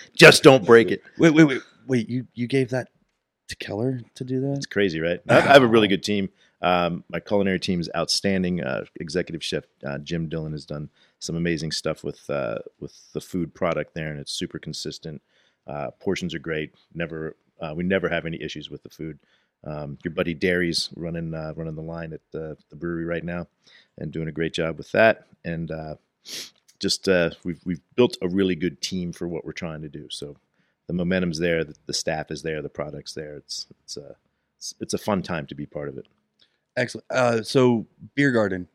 Speaker 4: *laughs* Just don't break it.
Speaker 3: Wait wait wait wait you you gave that to Keller to do that?
Speaker 4: It's crazy, right? I I have a really good team. Um, my culinary team is outstanding. Uh, executive chef uh, Jim Dillon has done some amazing stuff with uh, with the food product there, and it's super consistent. Uh, portions are great. Never uh, we never have any issues with the food. Um, your buddy Derry's running uh, running the line at the, the brewery right now, and doing a great job with that. And uh, just uh, we've we've built a really good team for what we're trying to do. So the momentum's there, the, the staff is there, the product's there. It's it's uh, it's, it's a fun time to be part of it.
Speaker 3: Excellent. Uh, so beer garden.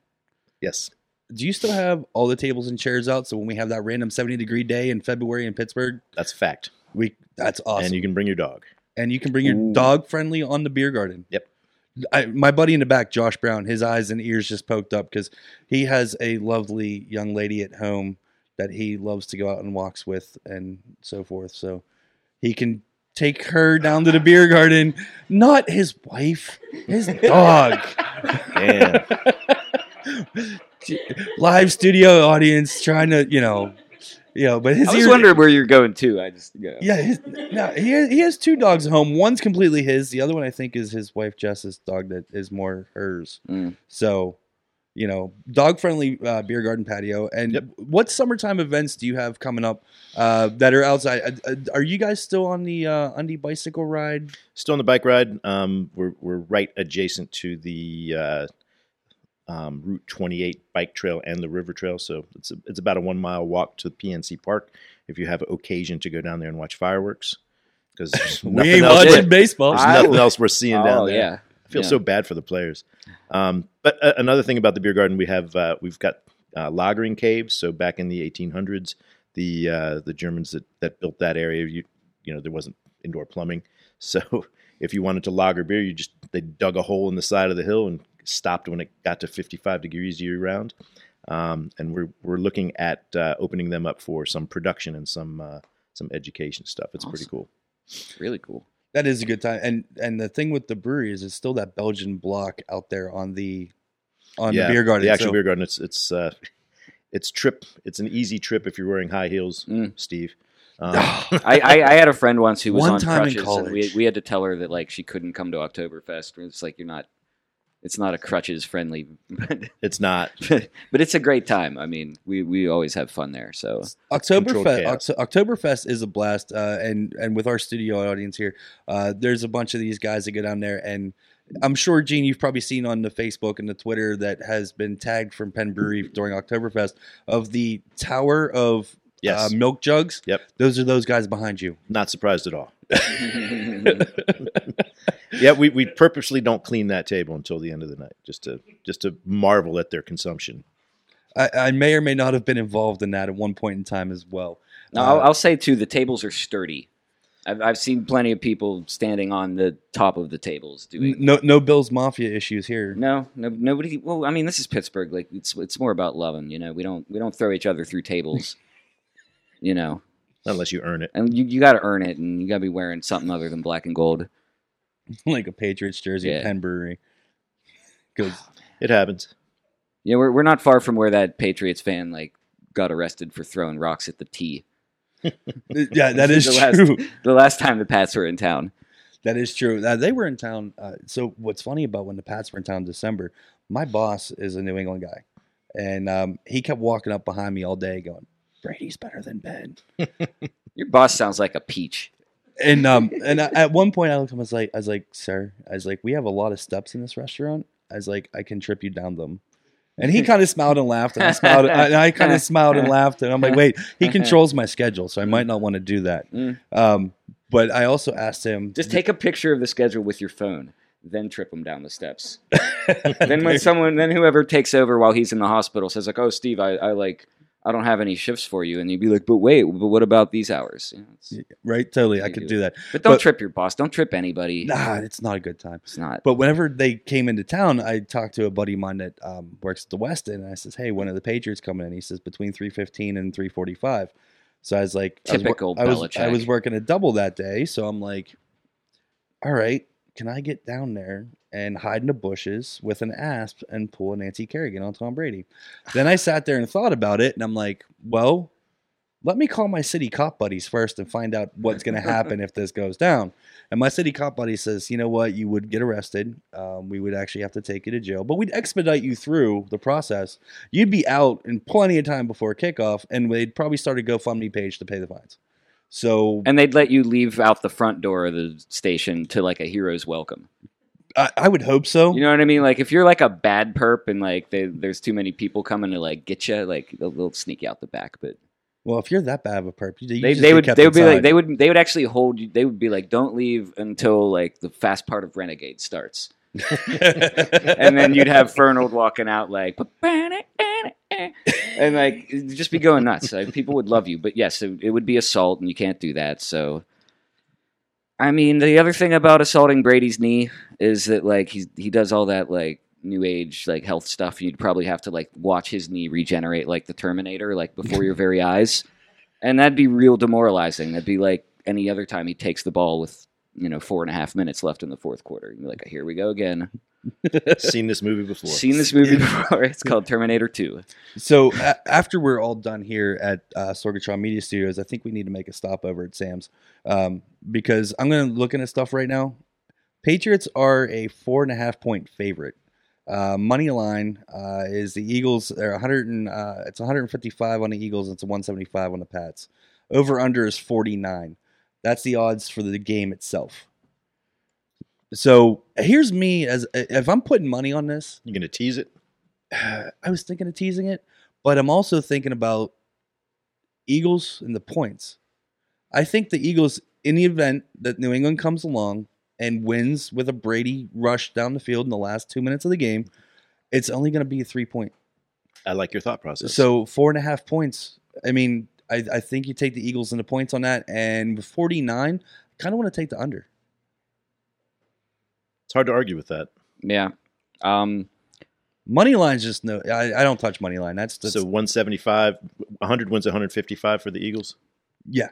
Speaker 4: Yes.
Speaker 3: Do you still have all the tables and chairs out? So when we have that random seventy degree day in February in Pittsburgh,
Speaker 4: That's a fact.
Speaker 3: we that's awesome.
Speaker 4: And you can bring your
Speaker 5: *laughs*
Speaker 4: dog.
Speaker 3: and you can bring your
Speaker 5: Ooh.
Speaker 3: dog friendly on the beer garden.
Speaker 4: Yep.
Speaker 3: I, my buddy in the back, Josh Brown, his eyes and ears just poked up because he has a lovely young lady at home that he loves to go out and walks with and so forth. So he can take her down to the beer garden, not his wife, his
Speaker 5: *laughs*
Speaker 3: dog.
Speaker 4: And
Speaker 3: Live studio audience trying to, you know, you know, but his
Speaker 5: I was
Speaker 3: ear-
Speaker 5: wondering where you're going to. I just yeah.
Speaker 3: Yeah, his, no, he has, he has two dogs at home. One's completely his. The other one, I think, is his wife Jess's dog that is more hers.
Speaker 5: Mm.
Speaker 3: So, you know, dog friendly uh, beer garden patio. And
Speaker 4: Yep.
Speaker 3: what summertime events do you have coming up uh, that are outside? Uh, uh, are you guys still on the uh, Undy bicycle ride?
Speaker 4: still on the bike ride. Um, we're, we're right adjacent to the uh, um, Route 28 bike trail and the river trail. So it's, a, it's about a one mile walk to PNC Park if you have occasion to go down there and watch fireworks. Because
Speaker 5: *laughs*
Speaker 4: there's nothing, else,
Speaker 5: watching
Speaker 4: we're-
Speaker 3: baseball.
Speaker 4: there's
Speaker 5: I-
Speaker 4: nothing else we're seeing down
Speaker 5: Oh
Speaker 4: there.
Speaker 5: yeah.
Speaker 4: I feel
Speaker 5: Yeah.
Speaker 4: so bad for the players. Um, but uh, another thing about the beer garden, we have uh, we've got uh, lagering caves. So back in the 1800s, the uh, the Germans that, that built that area, you you know, there wasn't indoor plumbing. *laughs* So if you wanted to lager beer, you just they dug a hole in the side of the hill and stopped when it got to 55 degrees year round. Um, and we're we're looking at uh, opening them up for some production and some uh, some education stuff. It's pretty
Speaker 5: Awesome.
Speaker 4: cool.
Speaker 5: Really cool.
Speaker 3: That is a good time. And and the thing with the brewery is it's still that Belgian block out there on the on
Speaker 4: Yeah,
Speaker 3: the beer garden.
Speaker 4: The actual
Speaker 3: So-
Speaker 4: beer garden. It's it's uh, it's trip. It's an easy trip if you're wearing high heels,
Speaker 5: Mm.
Speaker 4: Steve. Um,
Speaker 5: I, I, I had a friend once who was
Speaker 3: One
Speaker 5: on
Speaker 3: time in
Speaker 5: crutches, and we,
Speaker 3: college.
Speaker 5: we had to tell her that like she couldn't come to Oktoberfest. It's like you're not, it's not a crutches friendly, *laughs*
Speaker 4: it's not.
Speaker 5: but it's a great time. I mean, we we always have fun there. So
Speaker 4: Controlled
Speaker 3: Oktoberfest,
Speaker 4: chaos.
Speaker 3: Oct- Oktoberfest is a blast, uh, and and with our studio audience here, uh, there's a bunch of these guys that go down there, and I'm sure Gene, you've probably seen on the Facebook and the Twitter that has been tagged from Penn Brewery during Oktoberfest of the tower of
Speaker 4: Yes,
Speaker 3: uh, milk jugs.
Speaker 4: Yep.
Speaker 3: those are those guys behind you.
Speaker 4: not surprised at all. Yeah, we, we purposely don't clean that table until the end of the night, just to just to marvel at their consumption.
Speaker 3: I, I may or may not have been involved in that at one point in time as well.
Speaker 5: now I'll, I'll say too, the tables are sturdy. I've I've seen plenty of people standing on the top of the tables
Speaker 3: N-
Speaker 5: doing.
Speaker 3: No, no Bills Mafia issues here. *laughs*
Speaker 5: No, no, nobody. Well, I mean, this is Pittsburgh. Like, it's it's more about loving. You know, we don't we don't throw each other through tables. you know,
Speaker 4: Unless you earn it.
Speaker 5: and you, you got to earn it, and you got to be wearing something other than black and gold.
Speaker 3: like a Patriots jersey, at
Speaker 5: Yeah.
Speaker 3: Penn Brewery. *laughs* 'Cause
Speaker 4: It happens.
Speaker 5: Yeah, we're we're not far from where that Patriots fan like got arrested for throwing rocks at the tee.
Speaker 3: yeah, that is
Speaker 5: The last-
Speaker 3: true.
Speaker 5: The last time the Pats were in town.
Speaker 3: That is true. Now, they were in town. Uh, so what's funny about when the Pats were in town in December, my boss is a New England guy, and um, he kept walking up behind me all day going, "Brady's better than Ben."
Speaker 5: Your boss sounds like a peach.
Speaker 3: And um, and I, at one point I looked at him. I was like, I was like, "Sir, I was like, we have a lot of steps in this restaurant. I was like, I can trip you down them." And he kind of smiled and laughed, and I smiled, and I kind of smiled and laughed, and I'm like, "Wait, he controls my schedule, so I might not want to do that."
Speaker 5: Mm.
Speaker 3: Um, but I also asked him,
Speaker 5: Just take a picture of the schedule with your phone, then trip him down
Speaker 3: *laughs*
Speaker 5: the steps. then when someone, then whoever takes over while he's in the hospital says like, "Oh, Steve, I, I like, I don't have any shifts for you," and you'd be like, "But wait, but what about these hours?" You know, it's-
Speaker 3: right? Totally, I
Speaker 5: You
Speaker 3: could
Speaker 5: do
Speaker 3: do that.
Speaker 5: but don't
Speaker 3: But-
Speaker 5: trip your boss. Don't trip anybody.
Speaker 3: Nah, it's not a good time.
Speaker 5: It's not.
Speaker 3: But whenever they came into town, I talked to a buddy of mine that um, works at the West End, and I says, "Hey, when are the Patriots coming in?" He says, "Between three fifteen and three forty five. So I was like, I was wor-
Speaker 5: Typical
Speaker 3: I was, I was,
Speaker 5: Belichick.
Speaker 3: working a double that day, so I'm like, "All right, can I get down there and hide in the bushes with an asp and pull a Nancy Kerrigan on Tom Brady?" Then I sat there and thought about it, and I'm like, "Well." Let me call my city cop buddies first and find out what's going to happen if this goes down. And my city cop buddy says, you know what? You would get arrested. Um, we would actually have to take you to jail, but we'd expedite you through the process. You'd be out in plenty of time before kickoff, and they'd probably start a GoFundMe page to pay the fines. So
Speaker 5: And they'd let you leave out the front door of the station to like a hero's welcome.
Speaker 3: I, I would hope so.
Speaker 5: You know what I mean? Like if you're like a bad perp and like they, there's too many people coming to like get you, like they'll, they'll sneak you out the back. But
Speaker 3: well, if you're that bad of a perp, you, you
Speaker 5: they,
Speaker 3: just
Speaker 5: they
Speaker 3: get
Speaker 5: would
Speaker 3: kept
Speaker 5: they would be like
Speaker 3: inside.
Speaker 5: they would they would actually hold you. They would be like, don't leave until like the fast part of Renegade starts, and then you'd have Fernald walking out like, and like it'd just be going nuts. Like people would love you, but yes, it, it would be assault, and you can't do that. So. I mean, the other thing about assaulting Brady's knee is that like he he does all that like new age like health stuff. You'd probably have to like watch his knee regenerate like the Terminator, like before your very eyes, and that'd be real demoralizing. That'd be like any other time he takes the ball with you know four and a half minutes left in the fourth quarter. You'd be like, here we go again.
Speaker 4: Seen this movie before.
Speaker 5: Seen this
Speaker 4: *laughs*
Speaker 5: movie before? It's called Terminator Two.
Speaker 3: So a- after we're all done here at uh, Sorgatron Media Studios, I think we need to make a stopover at Sam's um, because I'm going to looking at stuff right now. Patriots are a four and a half point favorite. Uh, money line uh, is the Eagles. They're 100 and uh, it's 155 on the Eagles. It's 175 on the Pats. Over under is 49. That's the odds for the game itself. So here's me as if I'm putting money on this.
Speaker 4: You gonna tease it?
Speaker 3: *sighs* I was thinking of teasing it, but I'm also thinking about Eagles and the points. I think the Eagles, in the event that New England comes along and wins with a Brady rush down the field in the last two minutes of the game, it's only going to be a three point.
Speaker 4: I like your thought process.
Speaker 3: So four and a half points. I mean, I, I think you take the Eagles and the points on that. And with 49, I kind of want to take the under.
Speaker 4: it's hard to argue with that.
Speaker 5: Yeah.
Speaker 4: *laughs*
Speaker 5: Um,
Speaker 3: Money line's just no, I, I don't touch money line. That's, that's *laughs*
Speaker 4: so *laughs* 175, 100 wins 155 for the Eagles.
Speaker 3: yeah.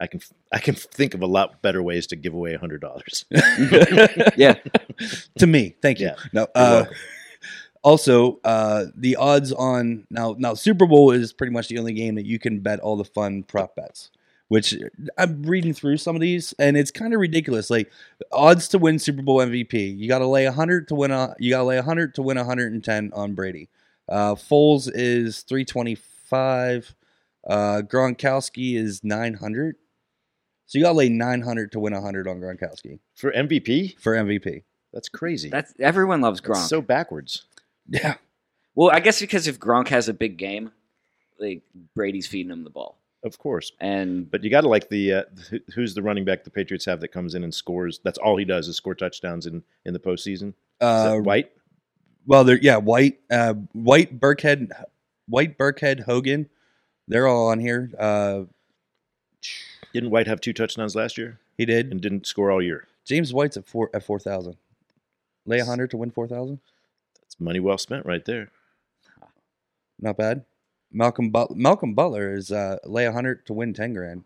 Speaker 4: I can I can think of a lot better ways to give away
Speaker 3: *laughs*
Speaker 4: hundred dollars.
Speaker 5: yeah.
Speaker 3: to me. Thank you.
Speaker 4: Yeah.
Speaker 3: No. Uh, *laughs* also, uh, the odds on now now Super Bowl is pretty much the only game that you can bet all the fun prop bets. Which uh, I'm reading through some of these, and it's kind of ridiculous. Like odds to win Super Bowl MVP, you got to lay 100 to win. A, you got to lay 100 to win 110 on Brady. Uh, Foles is 325. Uh, Gronkowski is 900. So you got to lay 900 to win 100 on Gronkowski
Speaker 4: for MVP,
Speaker 3: for MVP.
Speaker 4: that's crazy.
Speaker 5: That's everyone loves
Speaker 4: That's
Speaker 5: Gronk.
Speaker 4: so backwards.
Speaker 3: Yeah,
Speaker 5: well, I guess because if Gronk has a big game, like Brady's feeding him the ball,
Speaker 4: Of course.
Speaker 5: and
Speaker 4: But you got to like the uh, who- who's the running back the Patriots have that comes in and scores. That's all he does is score touchdowns in in the postseason. Is
Speaker 3: uh,
Speaker 4: that White,
Speaker 3: Well, they're yeah, White, uh, White Burkhead, White Burkhead Hogan, they're all on here. Uh,
Speaker 4: didn't White have two touchdowns last year
Speaker 3: he did.
Speaker 4: and didn't score all year?
Speaker 3: James White's at four at four thousand. Lay a hundred to win four thousand.
Speaker 4: That's money well spent right there.
Speaker 3: Not bad. Malcolm but- Malcolm Butler is uh, lay a hundred to win ten grand.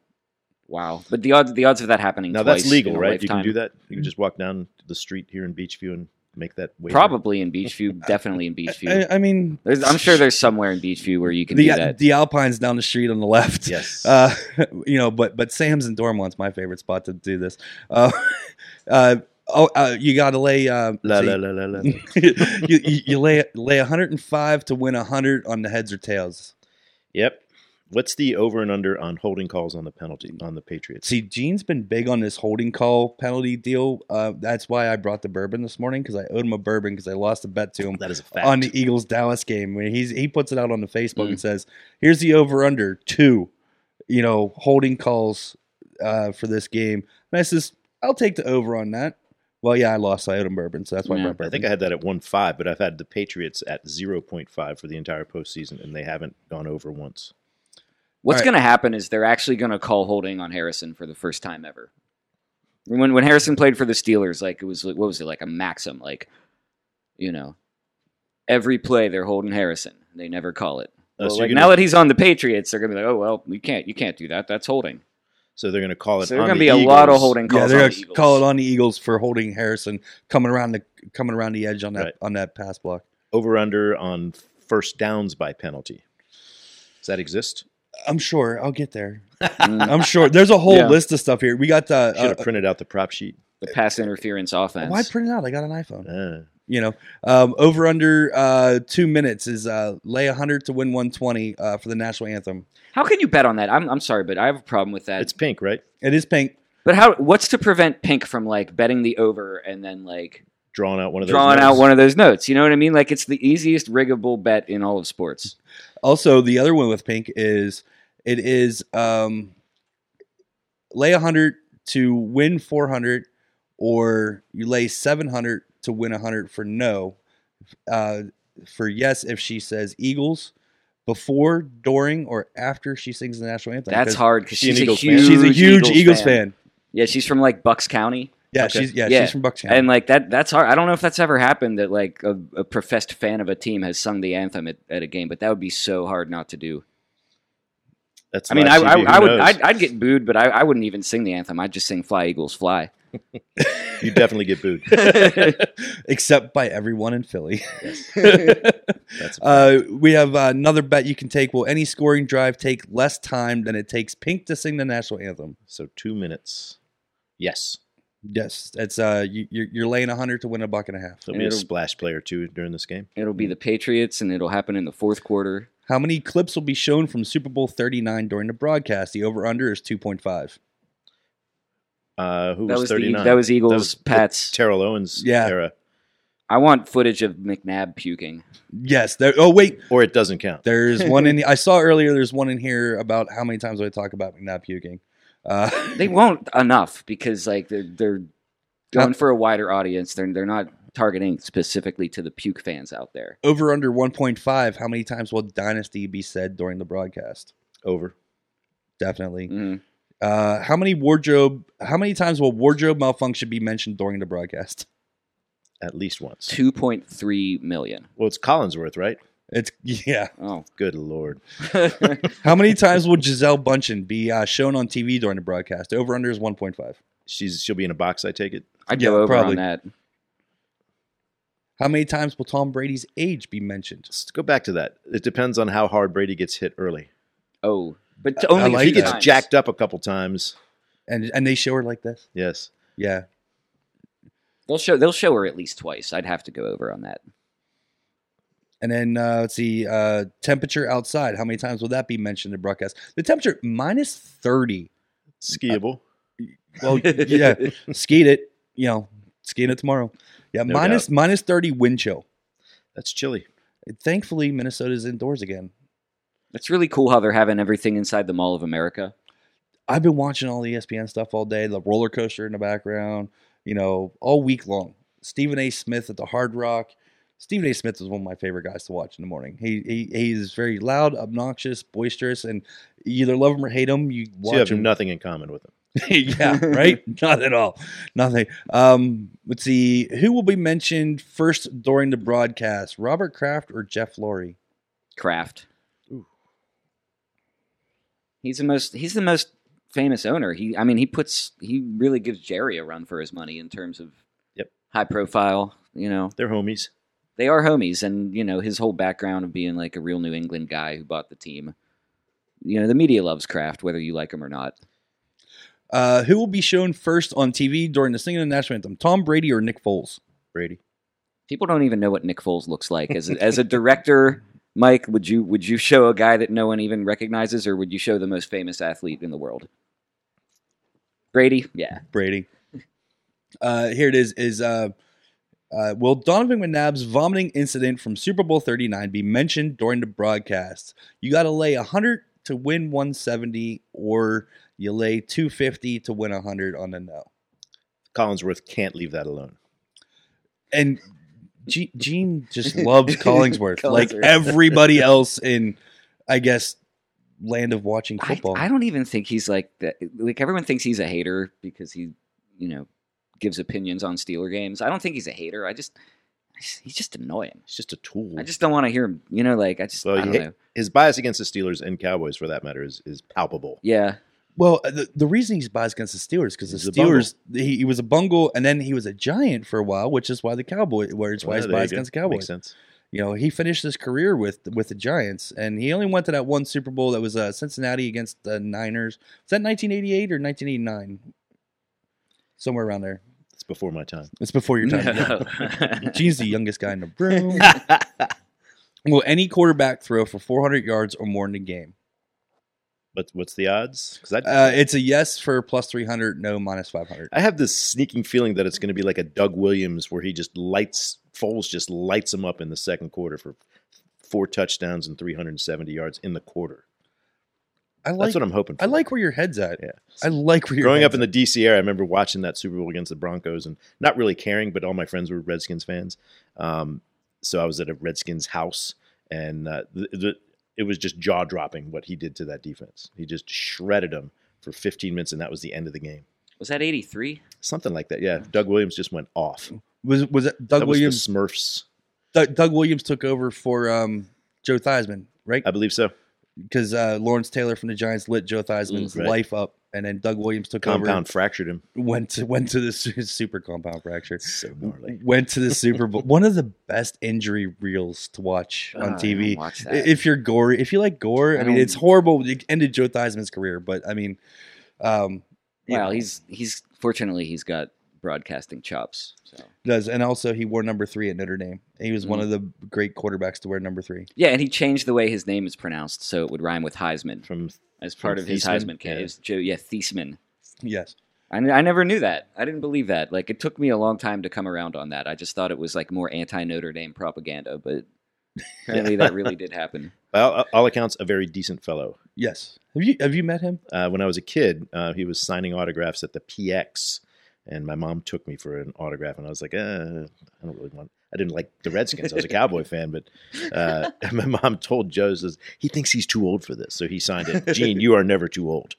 Speaker 5: wow. But the odds the odds of that happening
Speaker 4: Now
Speaker 5: twice
Speaker 4: that's legal,
Speaker 5: in a
Speaker 4: right? You
Speaker 5: lifetime-
Speaker 4: can do that. You can just walk down the street here in Beachview and make that wager?
Speaker 5: Probably in Beachview, definitely
Speaker 4: *laughs*
Speaker 5: in Beachview.
Speaker 3: I, I mean,
Speaker 5: There's, I'm sure there's somewhere in Beachview where you can
Speaker 4: uh,
Speaker 5: do
Speaker 3: the
Speaker 5: that.
Speaker 3: the Alpines down the street on the left.
Speaker 5: *laughs*
Speaker 4: Yes.
Speaker 3: *laughs* Uh, you know, but but Sam's and Dormont's my favorite spot to do this. Uh, *laughs* uh, oh, uh, you got to lay. Uh,
Speaker 4: la,
Speaker 3: so
Speaker 4: la,
Speaker 3: you-
Speaker 4: la, la, la.
Speaker 3: *laughs* you, you, you lay lay 105 to win 100 on the heads or tails.
Speaker 4: *laughs* Yep. What's the over and under on holding calls on the penalty on the Patriots?
Speaker 3: See, Gene's been big on this holding call penalty deal. Uh, that's why I brought the bourbon this morning because I owed him a bourbon because I lost a bet to him.
Speaker 4: that is a fact.
Speaker 3: on the Eagles Dallas game. When he's he puts it out on the Facebook and says, "Here's the over under two, you know, holding calls uh, for this game." And I says, "I'll take the over on that." Well, yeah, I lost. So I owed him bourbon, so that's why
Speaker 5: Yeah.
Speaker 3: I brought
Speaker 4: I
Speaker 3: bourbon.
Speaker 4: think I had that at one five, but I've had the Patriots at zero point five for the entire postseason, and they haven't gone over once.
Speaker 5: What's
Speaker 3: All right.
Speaker 5: going to happen is they're actually going to call holding on Harrison for the first time ever. When when Harrison played for the Steelers, like it was what was it like a maxim, like you know, every play they're holding Harrison. They never call it.
Speaker 4: Uh,
Speaker 5: Well,
Speaker 4: so,
Speaker 5: like,
Speaker 4: you're
Speaker 5: now
Speaker 4: gonna,
Speaker 5: that he's on the Patriots, they're gonna be like, oh well, you can't you can't do that. That's holding.
Speaker 4: so they're going to call it.
Speaker 5: So there's
Speaker 4: on
Speaker 5: gonna
Speaker 4: the
Speaker 5: be a lot of
Speaker 4: Eagles.
Speaker 5: holding
Speaker 3: yeah,
Speaker 5: calls.
Speaker 3: they're
Speaker 5: on
Speaker 3: gonna
Speaker 5: the Eagles.
Speaker 3: call it on the Eagles for holding Harrison coming around the coming around the edge on that
Speaker 4: Right.
Speaker 3: on that pass block.
Speaker 4: Over under on first downs by penalty. Does that exist?
Speaker 3: I'm sure I'll get there.
Speaker 5: Mm,
Speaker 3: *laughs* I'm sure there's a whole
Speaker 5: Yeah.
Speaker 3: list of stuff here. We got
Speaker 4: Should have
Speaker 3: the uh,
Speaker 4: printed out the prop sheet.
Speaker 5: the pass interference offense.
Speaker 3: why print it out? I got an iPhone.
Speaker 4: Uh,
Speaker 3: you know um, over under uh, two minutes is uh, lay 100 to win 120 uh, for the national anthem
Speaker 5: How can you bet on that? I'm I'm sorry, but I have a problem with that.
Speaker 4: it's pink, right?
Speaker 3: it is pink
Speaker 5: but how? What's to prevent Pink from like betting the over and then like
Speaker 4: Drawing out one of those.
Speaker 5: drawing out
Speaker 4: numbers.
Speaker 5: one of those notes. You know what I mean? Like it's the easiest riggable bet in all of sports.
Speaker 3: also the other one with pink is it is um, lay 100 to win 400 or you lay 700 to win 100 for no uh, for yes if she says eagles before during or after she sings the national anthem
Speaker 5: That's
Speaker 3: 'Cause
Speaker 5: hard because
Speaker 4: she an
Speaker 5: she's, a
Speaker 4: Eagles fan.
Speaker 5: huge,
Speaker 3: she's a huge eagles, fan.
Speaker 5: Yeah, she's from like Bucks County,
Speaker 3: yeah
Speaker 4: Okay.
Speaker 3: she's yeah,
Speaker 5: Yeah.
Speaker 3: she's from bucks County.
Speaker 5: and like that. That's hard. I don't know if that's ever happened that like a, a professed fan of a team has sung the anthem at, at a game, but that would be so hard not to do.
Speaker 4: That's
Speaker 5: I mean, I,
Speaker 4: live
Speaker 5: I,
Speaker 4: TV, who
Speaker 5: I would,
Speaker 4: knows?
Speaker 5: I'd, I'd get booed, but I, I wouldn't even sing the anthem. I'd just sing "Fly Eagles Fly."
Speaker 4: You definitely get
Speaker 5: *laughs*
Speaker 4: booed.
Speaker 3: *laughs* except by everyone in Philly. *laughs*
Speaker 4: That's a
Speaker 3: Uh, we have uh, another bet you can take. Will any scoring drive take less time than it takes Pink to sing the national anthem?
Speaker 4: So two minutes. Yes.
Speaker 3: Yes, it's uh, you, you're, you're laying hundred to win a buck and a half.
Speaker 4: There'll be a
Speaker 5: It'll-
Speaker 4: splash player too during this game.
Speaker 5: It'll be the Patriots, and it'll happen in the fourth quarter.
Speaker 3: How many clips will be shown from Super Bowl 39 during the broadcast? The over under is 2.5.
Speaker 4: Uh, who
Speaker 5: That
Speaker 4: was
Speaker 5: was,
Speaker 4: thirty
Speaker 5: the, E,
Speaker 4: nine?
Speaker 5: that was Eagles
Speaker 4: the
Speaker 5: Pats.
Speaker 4: Terrell Owens
Speaker 3: Yeah.
Speaker 4: era,
Speaker 5: I want footage of McNabb puking.
Speaker 3: Yes. There, oh wait,
Speaker 4: or it doesn't count.
Speaker 3: there's one in. I saw earlier. There's one in here about how many times do I talk about McNabb puking. Uh, *laughs*
Speaker 5: They won't enough because like they're they're going for a wider audience. They're they're not targeting specifically to the puke fans out there.
Speaker 3: over under 1.5. How many times will dynasty be said during the broadcast?
Speaker 4: Over.
Speaker 3: Definitely.
Speaker 5: Mhm.
Speaker 3: Uh, how many wardrobe? How many times will wardrobe malfunction be mentioned during the broadcast?
Speaker 4: At least once.
Speaker 5: Two point three million.
Speaker 4: Well, it's Collinsworth, right?
Speaker 3: It's *laughs* yeah.
Speaker 5: Oh,
Speaker 4: Good lord.
Speaker 3: How many times will Giselle Bundchen be uh, shown on TV during the broadcast? Over under is one point five.
Speaker 4: She's she'll be in a box. I take it.
Speaker 5: *laughs* I'd
Speaker 3: Yeah,
Speaker 5: go over
Speaker 3: probably.
Speaker 5: on that.
Speaker 3: How many times will Tom Brady's age be mentioned?
Speaker 4: Let's go back to that. It depends on how hard Brady gets hit early.
Speaker 5: Oh, but to
Speaker 3: I- I
Speaker 5: only
Speaker 4: If
Speaker 3: like
Speaker 4: he
Speaker 5: three
Speaker 4: gets
Speaker 5: times.
Speaker 4: jacked up a couple times.
Speaker 3: And and they show her like this.
Speaker 4: Yes.
Speaker 3: Yeah.
Speaker 5: They'll show they'll show her at least twice. I'd have to go over on that.
Speaker 3: And then uh, let's see, uh, temperature outside. How many times will that be mentioned in broadcast? The temperature minus thirty.
Speaker 4: Skiable.
Speaker 3: Well, *laughs* yeah, skate it. You know, skate it tomorrow. Yeah,
Speaker 4: No
Speaker 3: minus- minus thirty wind chill.
Speaker 4: That's chilly.
Speaker 3: Thankfully, Minnesota's indoors again.
Speaker 5: It's really cool how they're having everything inside the Mall of America.
Speaker 3: I've been watching all the E ESPN stuff all day, the roller coaster in the background, you know, all week long. Stephen A. Smith at the Hard Rock. Stephen A. Smith is one of my favorite guys to watch in the morning. He he he's very loud, obnoxious, boisterous, and you either love him or hate him. You
Speaker 4: So you
Speaker 3: watch
Speaker 4: have
Speaker 3: him.
Speaker 4: nothing in common with him.
Speaker 3: *laughs* yeah, right?
Speaker 4: *laughs*
Speaker 3: Not at all. Nothing. Um, let's see. Who will be mentioned first during the broadcast? Robert Kraft or Jeff Lurie?
Speaker 5: Kraft. He's the most he's the most famous owner. He I mean he puts he really gives Jerry a run for his money in terms of
Speaker 4: Yep.
Speaker 5: high profile you know,
Speaker 4: They're homies.
Speaker 5: they are homies, and you know his whole background of being like a real New England guy who bought the team. You know, the media loves Kraft, whether you like him or not.
Speaker 3: Uh, who will be shown first on TV during the singing of the national anthem? Tom Brady or Nick Foles?
Speaker 4: Brady.
Speaker 5: People don't even know what Nick Foles looks like as a, as a director. Mike, would you would you show a guy that no one even recognizes, or would you show the most famous athlete in the world? Brady, yeah,
Speaker 3: Brady. Uh, here it is: is uh, uh, will Donovan McNabb's vomiting incident from Super Bowl Thirty Nine be mentioned during the broadcast? You got to lay hundred to win one seventy, or you lay two fifty to win hundred on the no.
Speaker 4: Collinsworth can't leave that alone.
Speaker 3: And G- Gene just loves Collingsworth, like
Speaker 5: Collingsworth.
Speaker 3: everybody else in, I guess, land of watching
Speaker 5: I,
Speaker 3: football.
Speaker 5: I don't even think he's like that. Like everyone thinks he's a hater because he, you know, gives opinions on Steeler games. I don't think he's a hater. I just I just- he's just annoying.
Speaker 4: It's just a tool.
Speaker 5: I just don't want to hear him. You know, like I just
Speaker 4: Well,
Speaker 5: I don't
Speaker 4: he-
Speaker 5: know.
Speaker 4: His bias against the Steelers and Cowboys, for that matter, is, is palpable.
Speaker 5: Yeah,
Speaker 3: Well, uh, the, the reason he's biased against the Steelers because
Speaker 4: He's
Speaker 3: the
Speaker 4: a bungle.
Speaker 3: Steelers he, he was a bungle and then he was a giant for a while, which is why the Cowboy where it's why he's
Speaker 4: Well, there
Speaker 3: biased
Speaker 4: you go.
Speaker 3: against the
Speaker 4: Makes
Speaker 3: Cowboys.
Speaker 4: sense.
Speaker 3: You know, he finished his career with with the Giants and he only went to that one Super Bowl that was uh, Cincinnati against the Niners. Was that 1988 or 1989? Somewhere around there.
Speaker 4: It's before my time.
Speaker 3: It's before your time.
Speaker 4: *laughs*
Speaker 3: Gene's the youngest guy in the room. *laughs* Will any quarterback throw for 400 yards or more in a game?
Speaker 4: But what's the odds? 'Cause I,
Speaker 3: Uh, it's a yes for plus 300, no minus 500.
Speaker 4: I have this sneaking feeling that it's going to be like a Doug Williams where he just lights Foles just lights him up in the second quarter for four touchdowns and 370 yards in the quarter.
Speaker 3: I like
Speaker 4: That's what I'm hoping for.
Speaker 3: I like where your head's at.
Speaker 4: Yeah.
Speaker 3: I like where you're
Speaker 4: Growing up in the DC area, I remember watching that Super Bowl against the Broncos and not really caring, but all my friends were Redskins fans. Um, so I was at a Redskins house, and uh, the, the, it was just jaw dropping what he did to that defense. He just shredded them for 15 minutes, and that was the end of the game.
Speaker 5: *laughs* was that eighty three?
Speaker 4: Something like that. Yeah, Doug Williams just went off.
Speaker 3: was was it Doug
Speaker 4: that
Speaker 3: Williams.
Speaker 4: was the Smurfs,
Speaker 3: Doug, Doug Williams took over for um, Joe Theismann, right?
Speaker 4: I believe so.
Speaker 3: Because uh, Lawrence Taylor from the Giants lit Joe Theismann's
Speaker 4: Mm, right.
Speaker 3: life up, and then Doug Williams took
Speaker 4: Compound fractured him.
Speaker 3: over, went to went to this super compound fracture,
Speaker 4: So gnarly.
Speaker 3: went to the Super Bowl. One of the best injury reels to watch on TV.
Speaker 5: watch that.
Speaker 3: If you're gory, if you like gore, I,
Speaker 5: I
Speaker 3: mean,
Speaker 5: don't-
Speaker 3: it's horrible. It ended Joe Theismann's career, but I mean, um,
Speaker 5: well, he's he's fortunately he's got broadcasting chops. So
Speaker 3: Does and also he wore number three at Notre Dame. He was one
Speaker 4: Mm-hmm.
Speaker 3: of the great quarterbacks to wear number three.
Speaker 5: yeah, and he changed the way his name is pronounced so it would rame with Heisman
Speaker 4: From
Speaker 5: as part of his
Speaker 4: Theismann?
Speaker 5: Heisman case. Joe, yeah, Thiesman.
Speaker 3: Yes,
Speaker 5: I, I never knew that. I didn't believe that. Like it took me a long time to come around on that. I just thought it was like more anti Notre Dame propaganda, but *laughs* apparently that really did happen.
Speaker 4: by all, all accounts, a very decent fellow.
Speaker 3: yes. Have you have you met him?
Speaker 4: uh, when I was a kid, uh, he was signing autographs at the PX, and my mom took me for an autograph, and I was like, uh, I don't really want. I didn't like the Redskins. I was
Speaker 3: *laughs*
Speaker 4: a Cowboy fan, but uh, *laughs* my mom told Joe says he thinks he's too old for this, so he signed it. Gene, you are never
Speaker 3: *laughs*
Speaker 4: too old,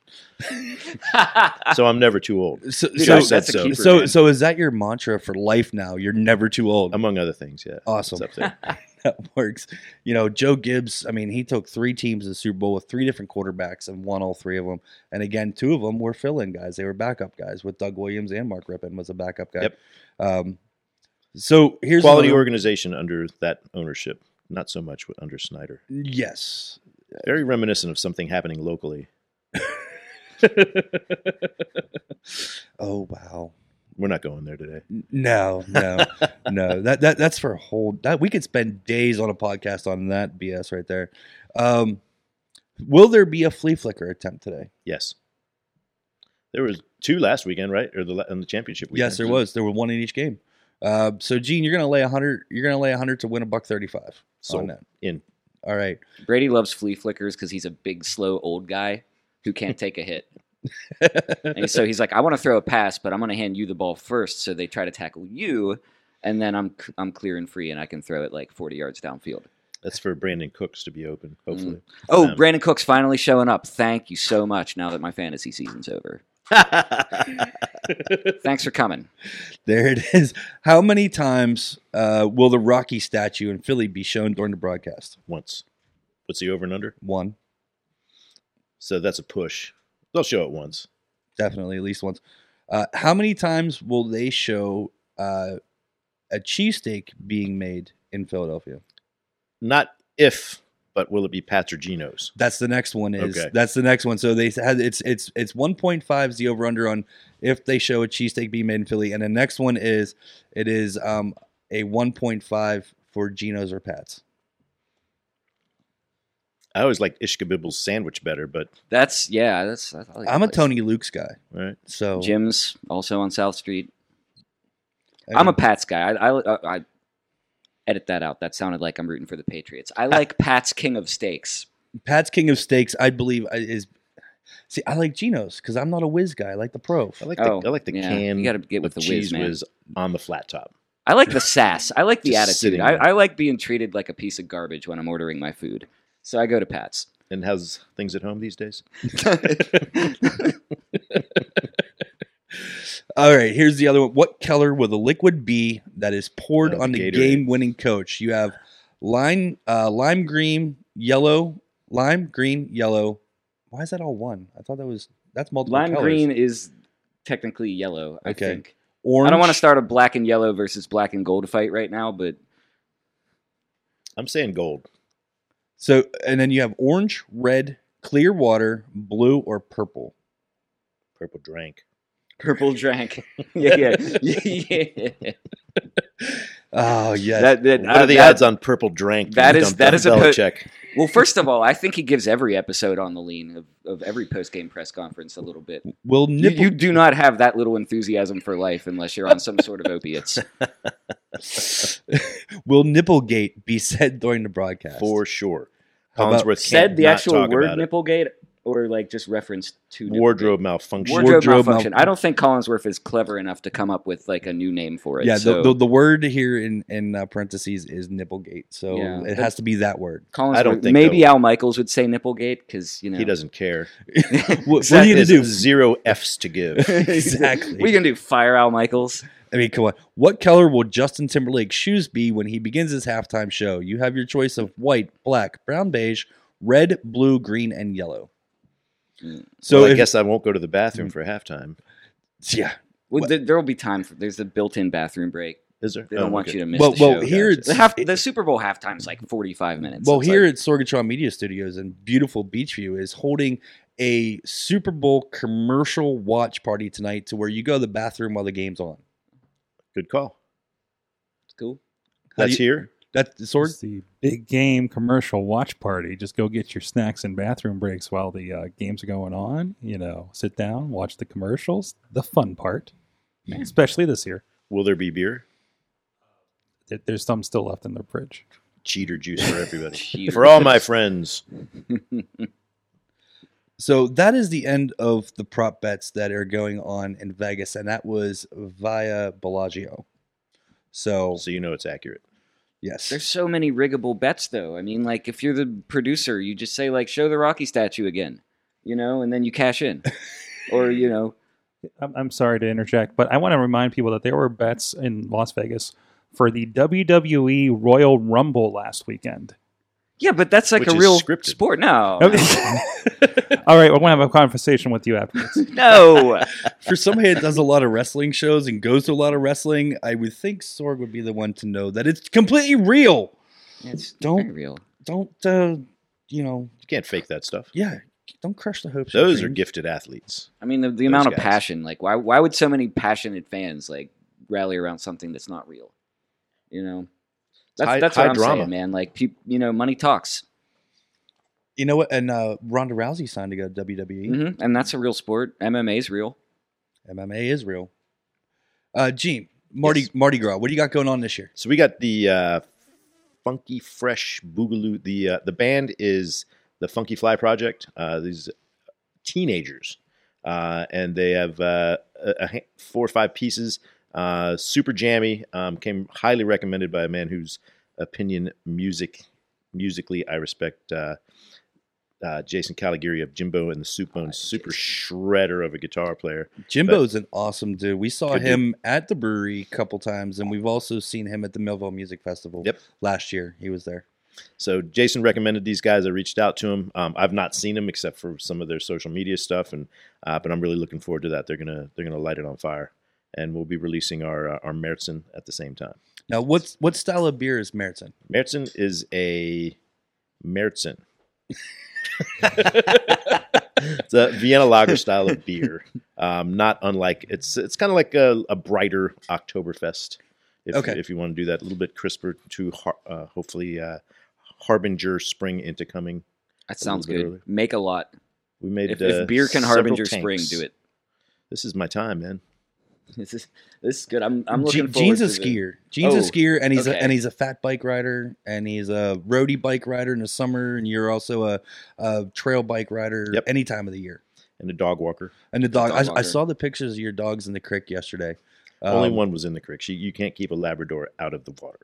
Speaker 4: so I'm never too old,
Speaker 3: So
Speaker 4: Dude,
Speaker 3: so,
Speaker 4: I said
Speaker 3: so,
Speaker 4: so.
Speaker 3: so so is that your mantra for life now? You're never too old.
Speaker 4: among other things. Yeah,
Speaker 3: awesome.
Speaker 4: it's up there.
Speaker 3: *laughs* that works. You know, Joe Gibbs, I mean, he took three teams to the Super Bowl with three different quarterbacks and won all three of them. And again, two of them were fill in guys. They were backup guys with Doug Williams and Mark Rippon was a backup guy.
Speaker 4: Yep.
Speaker 3: Um, so here's
Speaker 4: Quality
Speaker 3: another-
Speaker 4: organization under that ownership, not so much with- under Snyder.
Speaker 3: Yes.
Speaker 4: Very reminiscent of something happening locally.
Speaker 3: Oh, wow.
Speaker 4: We're not going there today.
Speaker 3: No, no, no. That that that's for a whole that we could spend days on a podcast on that BS right there. Um, will there be a flea flicker attempt today?
Speaker 4: Yes. There was two last weekend, right? Or the la- on the championship weekend.
Speaker 3: Yes, there was. There were one in each game. Uh, so Gene, you're gonna lay hundred. You're gonna lay hundred to win a buck thirty-five on
Speaker 4: Sold.
Speaker 3: that.
Speaker 4: In.
Speaker 3: All
Speaker 4: *laughs*
Speaker 3: right. *laughs*
Speaker 5: Brady loves flea flickers because he's a big, slow old guy who can't take a hit. And so he's like, I want to throw a pass, but I'm going to hand you the ball first. So they try to tackle you, and then I'm I'm clear and free, and I can throw it like 40 yards downfield.
Speaker 4: That's for Brandon Cooks to be open, hopefully.
Speaker 5: Oh,
Speaker 4: Um,
Speaker 5: Brandon Cook's finally showing up. Thank you so much. Now that my fantasy season's over, *laughs* thanks for coming.
Speaker 3: There it is. How many times uh, will the Rocky statue in Philly be shown during the broadcast?
Speaker 4: Once. What's the over and under?
Speaker 3: One,
Speaker 4: So that's a push. They'll show it once.
Speaker 3: definitely, at least once. Uh, how many times will they show uh, a cheesesteak being made in Philadelphia?
Speaker 4: Not if, but will it be Pat's or Geno's?
Speaker 3: That's the next one. Is
Speaker 4: Okay.
Speaker 3: that's the next one. So they had it's it's it's one point five is the over under on if they show a cheesesteak being made in Philly, and the next one is it is um a one point five for Geno's or Pat's.
Speaker 4: I always liked Ishkabibble's sandwich better, but
Speaker 5: That's yeah. That's I like that
Speaker 3: I'm a
Speaker 5: place.
Speaker 3: Tony Luke's guy,
Speaker 4: all right.
Speaker 3: so
Speaker 5: Jim's also on South Street.
Speaker 3: I
Speaker 5: I'm a
Speaker 3: mean,
Speaker 5: Pats guy. I, I, I edit that out. That sounded like I'm rooting for the Patriots.
Speaker 4: *laughs*
Speaker 5: I like Pat's King of Steaks.
Speaker 3: Pat's King of Steaks. I believe I- is see I like Geno's because I'm not a whiz guy. I like the pro.
Speaker 4: I like
Speaker 5: Oh,
Speaker 4: the I like the
Speaker 5: yeah.
Speaker 4: can.
Speaker 5: You gotta get with the whiz,
Speaker 4: cheese
Speaker 5: man.
Speaker 4: whiz on the flat top.
Speaker 5: I like the sass. I like the
Speaker 4: Just
Speaker 5: attitude.
Speaker 4: sitting
Speaker 5: I,
Speaker 4: there.
Speaker 5: I like being treated like a piece of garbage when I'm ordering my food. So I go to Pat's.
Speaker 4: And how's things at home these
Speaker 5: *laughs*
Speaker 4: days? *laughs*
Speaker 3: All right, here's the other one. What color will the liquid be that is poured
Speaker 4: Oh,
Speaker 3: on the
Speaker 4: Gatorade.
Speaker 3: game-winning coach? You have lime, uh, lime green, yellow, lime green, yellow. Why is that all one? I thought that was that's multiple
Speaker 5: Lime
Speaker 3: colors.
Speaker 5: green is technically yellow. I
Speaker 3: Okay.
Speaker 5: think.
Speaker 3: orange.
Speaker 5: I don't want to start a black and yellow versus black and gold fight right now, but
Speaker 4: I'm saying gold.
Speaker 3: So, and then you have orange, red, clear water, blue, or purple.
Speaker 4: Purple drank.
Speaker 5: purple drank. *laughs*
Speaker 4: *laughs*
Speaker 5: yeah, yeah, yeah. yeah.
Speaker 3: Oh yes,
Speaker 5: That, that,
Speaker 4: What
Speaker 5: uh,
Speaker 4: are the
Speaker 5: that-
Speaker 4: odds on purple drank?
Speaker 5: that
Speaker 4: being
Speaker 5: is-
Speaker 4: dumped
Speaker 5: that
Speaker 4: on
Speaker 5: is a po-
Speaker 4: Belichick?
Speaker 5: Well, first of all, I think he gives every episode on the lean of, of every post game press conference a little bit.
Speaker 3: will
Speaker 5: You,
Speaker 3: nipple.
Speaker 5: you do not have that little enthusiasm for life unless you're on some sort of
Speaker 4: *laughs*
Speaker 5: opiates.
Speaker 3: *laughs* will nipplegate be said during the broadcast?
Speaker 4: for sure.
Speaker 3: How about-
Speaker 4: Collinsworth
Speaker 5: Said
Speaker 4: can't
Speaker 5: the
Speaker 4: not
Speaker 5: actual
Speaker 4: talk
Speaker 5: word
Speaker 4: about it.
Speaker 5: nipplegate or like just referenced to nipplegate?
Speaker 4: Wardrobe malfunction.
Speaker 5: Wardrobe,
Speaker 3: Wardrobe
Speaker 5: malfunction.
Speaker 3: malfunction.
Speaker 5: I don't think Collinsworth is clever enough to come up with like a new name for it.
Speaker 3: yeah,
Speaker 5: so
Speaker 3: the, the, the word here in in uh, parentheses is nipplegate, so
Speaker 5: Yeah.
Speaker 3: it has to be that word.
Speaker 5: Collinsworth.
Speaker 4: I don't think
Speaker 5: maybe
Speaker 4: they'll-
Speaker 5: Al Michaels would say nipplegate because you know *laughs*
Speaker 4: He doesn't care.
Speaker 3: What, what are you gonna
Speaker 4: There's
Speaker 3: do?
Speaker 4: Zero F's to
Speaker 5: *laughs*
Speaker 4: give.
Speaker 3: exactly.
Speaker 5: We can do fire Al Michaels.
Speaker 3: I mean, come on. What color will Justin Timberlake's shoes be when he begins his halftime show? You have your choice of white, black, brown, beige, red, blue, green, and yellow.
Speaker 5: Mm.
Speaker 3: So
Speaker 4: well, I
Speaker 3: if-
Speaker 4: guess I won't go to the bathroom for halftime.
Speaker 3: yeah.
Speaker 5: Well,
Speaker 3: What-
Speaker 5: there, there will be time for. There's a built-in bathroom break.
Speaker 4: Is there?
Speaker 5: They don't
Speaker 4: Oh,
Speaker 5: want
Speaker 4: okay.
Speaker 5: you to miss.
Speaker 3: Well,
Speaker 5: the
Speaker 3: well,
Speaker 5: show.
Speaker 3: here it's
Speaker 5: The, half, the Super Bowl halftime's like 45 minutes.
Speaker 3: well
Speaker 5: It's
Speaker 3: here
Speaker 5: like-
Speaker 3: at Sorgatron Media Studios in beautiful Beachview is holding a Super Bowl commercial watch party tonight, to where you go to the bathroom while the game's on.
Speaker 4: Good call.
Speaker 5: it's cool.
Speaker 3: How do
Speaker 4: That's
Speaker 3: you-
Speaker 4: here.
Speaker 3: That sword.
Speaker 6: It's the big game commercial watch party. Just go get your snacks and bathroom breaks while the uh, games are going on. You know, sit down, watch the commercials. The fun part,
Speaker 3: Hmm.
Speaker 6: especially this year.
Speaker 4: Will there be beer?
Speaker 6: There- There's some still left in the fridge.
Speaker 4: Cheater juice for everybody.
Speaker 5: *laughs* Cheater
Speaker 4: for all my friends.
Speaker 3: So that is the end of the prop bets that are going on in Vegas, and that was via Bellagio. So
Speaker 4: So you know it's accurate.
Speaker 3: yes,
Speaker 5: There's so many riggable bets, though. I mean, like if you're the producer, you just say like, "Show the Rocky statue again," you know, and then you
Speaker 4: *laughs*
Speaker 5: cash in, or you know,
Speaker 6: I'm, I'm sorry to interject, but I want to remind people that there were bets in Las Vegas for the WWE Royal Rumble last weekend.
Speaker 5: yeah. But that's like
Speaker 4: Which
Speaker 5: a
Speaker 4: is
Speaker 5: real
Speaker 4: scripted.
Speaker 5: sport.
Speaker 4: *laughs*
Speaker 5: No,
Speaker 6: All right, I want to have a conversation with you afterwards.
Speaker 5: *laughs* no.
Speaker 3: for somebody that does a lot of wrestling shows and goes to a lot of wrestling, I would think Sorg would be the one to know that it's completely real.
Speaker 5: It's
Speaker 3: Don't-
Speaker 5: very real.
Speaker 3: Don't uh, you know?
Speaker 4: You can't fake that stuff.
Speaker 3: Yeah, don't crush the hopes. and
Speaker 4: Those are
Speaker 3: dreams.
Speaker 4: gifted athletes.
Speaker 5: I mean, the, the amount of
Speaker 4: guys.
Speaker 5: passion. Like, why why would so many passionate fans like rally around something that's not real? You know, that's
Speaker 4: high-
Speaker 5: that's
Speaker 4: high
Speaker 5: what I'm
Speaker 4: drama.
Speaker 5: saying, man. Like, peop, you know, money talks,
Speaker 3: You know what? And uh, Ronda Rousey signed to E. go to WWE.
Speaker 4: Mm-hmm.
Speaker 5: hmm and that's a real sport. MMA's real.
Speaker 3: MMA is real. Uh, Gene, Marty, Mardi Gras. What do you got going on this year?
Speaker 4: So we got the uh, funky fresh boogaloo. The uh, the band is the Funky Fly Project. Uh, these teenagers, uh, and they have uh, a, a ha- four or five pieces. Uh, super jammy. Um, came highly recommended by a man whose opinion music musically I respect. Uh, uh, Jason Caligari of Jimbo and the Soup Bones, super shredder of a guitar player.
Speaker 3: Jimbo's an awesome dude. We saw
Speaker 4: Good dude.
Speaker 3: him at the brewery a couple times, and we've also seen him at the Millville Music Festival.
Speaker 4: Yep.
Speaker 3: Last year, he was there.
Speaker 4: So Jason recommended these guys. I reached out to him. Um, I've not seen them except for some of their social media stuff, and uh, but I'm really looking forward to that. They're gonna they're gonna light it on fire, and we'll be releasing our uh, our Märzen at the same time.
Speaker 3: Now, what's what style of beer is Meritzen?
Speaker 4: Märzen is a Märzen. *laughs* it's a Vienna lager style of beer. Um, not unlike it's it's kind of like a, a brighter Oktoberfest. If,
Speaker 3: Okay.
Speaker 4: if you want to do that, a little bit crisper to har- uh, hopefully uh, harbinger spring into coming.
Speaker 5: That sounds
Speaker 4: bit
Speaker 5: good.
Speaker 4: early.
Speaker 5: Make a lot.
Speaker 4: We made
Speaker 5: If,
Speaker 4: uh,
Speaker 5: if beer can
Speaker 4: several
Speaker 5: harbinger
Speaker 4: tanks.
Speaker 5: spring, do it. *laughs*
Speaker 4: This is my time, man.
Speaker 5: This is this is good. I'm I'm looking
Speaker 3: Je-
Speaker 5: forward
Speaker 3: Gene's
Speaker 5: to
Speaker 3: a
Speaker 5: the-
Speaker 3: skier. Gene's a
Speaker 5: Oh,
Speaker 3: skier, and he's a,
Speaker 5: okay.
Speaker 3: and he's a fat bike rider, and he's a roadie bike rider in the summer, and you're also a, a trail bike rider
Speaker 4: Yep.
Speaker 3: any time of the year.
Speaker 4: And a dog walker.
Speaker 3: And the dog,
Speaker 5: dog
Speaker 3: I, I
Speaker 5: walker.
Speaker 3: saw the pictures of your dogs in the creek yesterday.
Speaker 4: Only
Speaker 3: Um,
Speaker 4: one was in the creek. She, you can't keep a Labrador out of the water.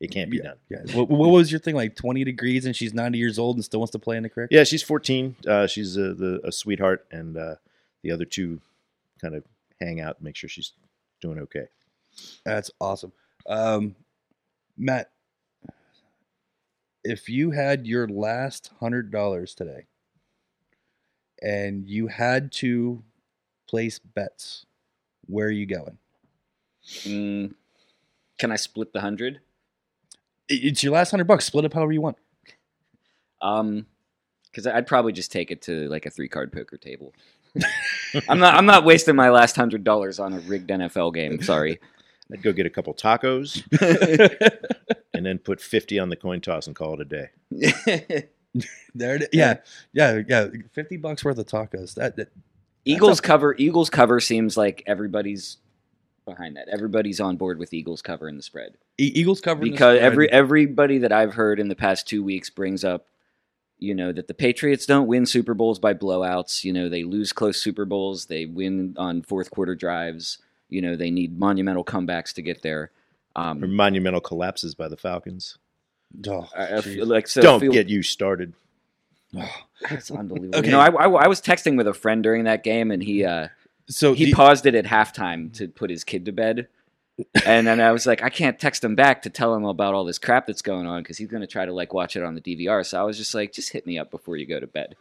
Speaker 4: It can't be done.
Speaker 3: Yeah. What, what was your thing? Like 20 degrees, and she's 90 years old and still wants to play in the creek.
Speaker 4: Yeah, she's 14. Uh, she's a, the, a sweetheart, and uh, the other two kind of hang out, and make sure she's doing okay.
Speaker 3: That's awesome. Um, Matt, if you had your last hundred dollars today and you had to place bets, where are you going?
Speaker 5: Mm, can I split the hundred?
Speaker 3: I- It's your last hundred bucks. Split up however you
Speaker 5: *laughs*
Speaker 3: want.
Speaker 5: Um, because I'd probably just take it to like a three card
Speaker 4: *laughs*
Speaker 5: poker table. I'm not I'm not wasting my last hundred dollars on a rigged NFL
Speaker 4: *laughs*
Speaker 5: game. Sorry.
Speaker 4: I'd go get a couple tacos,
Speaker 5: *laughs*
Speaker 4: and then put 50 on the coin toss and call it a day.
Speaker 3: *laughs* There it is. Yeah, yeah, yeah. Fifty bucks worth of tacos. That, that
Speaker 5: Eagles cover Eagles cover seems like everybody's behind that. Everybody's on board with Eagles cover in the spread.
Speaker 3: E- Eagles covered
Speaker 5: because every everybody that I've heard in the past two weeks brings up, you know, that the Patriots don't win Super Bowls by blowouts. You know, they lose close Super Bowls. They win on fourth quarter drives. You know, they need monumental comebacks to get there.
Speaker 4: Or
Speaker 5: Um,
Speaker 4: monumental collapses by the Falcons.
Speaker 3: oh,
Speaker 5: I- I feel
Speaker 3: jeez.
Speaker 5: like so
Speaker 4: Don't
Speaker 5: feel- *laughs*
Speaker 4: get you started.
Speaker 5: That's unbelievable.
Speaker 3: Okay.
Speaker 5: You know, I, I, I was texting with a friend during that game, and he uh,
Speaker 3: so
Speaker 5: he
Speaker 3: do-
Speaker 5: paused it at halftime to put his kid to bed. and then I was like, I can't text him back to tell him about all this crap that's going on because he's going to try to like watch it on the DVR. So I was just like, just hit me up before you go to bed.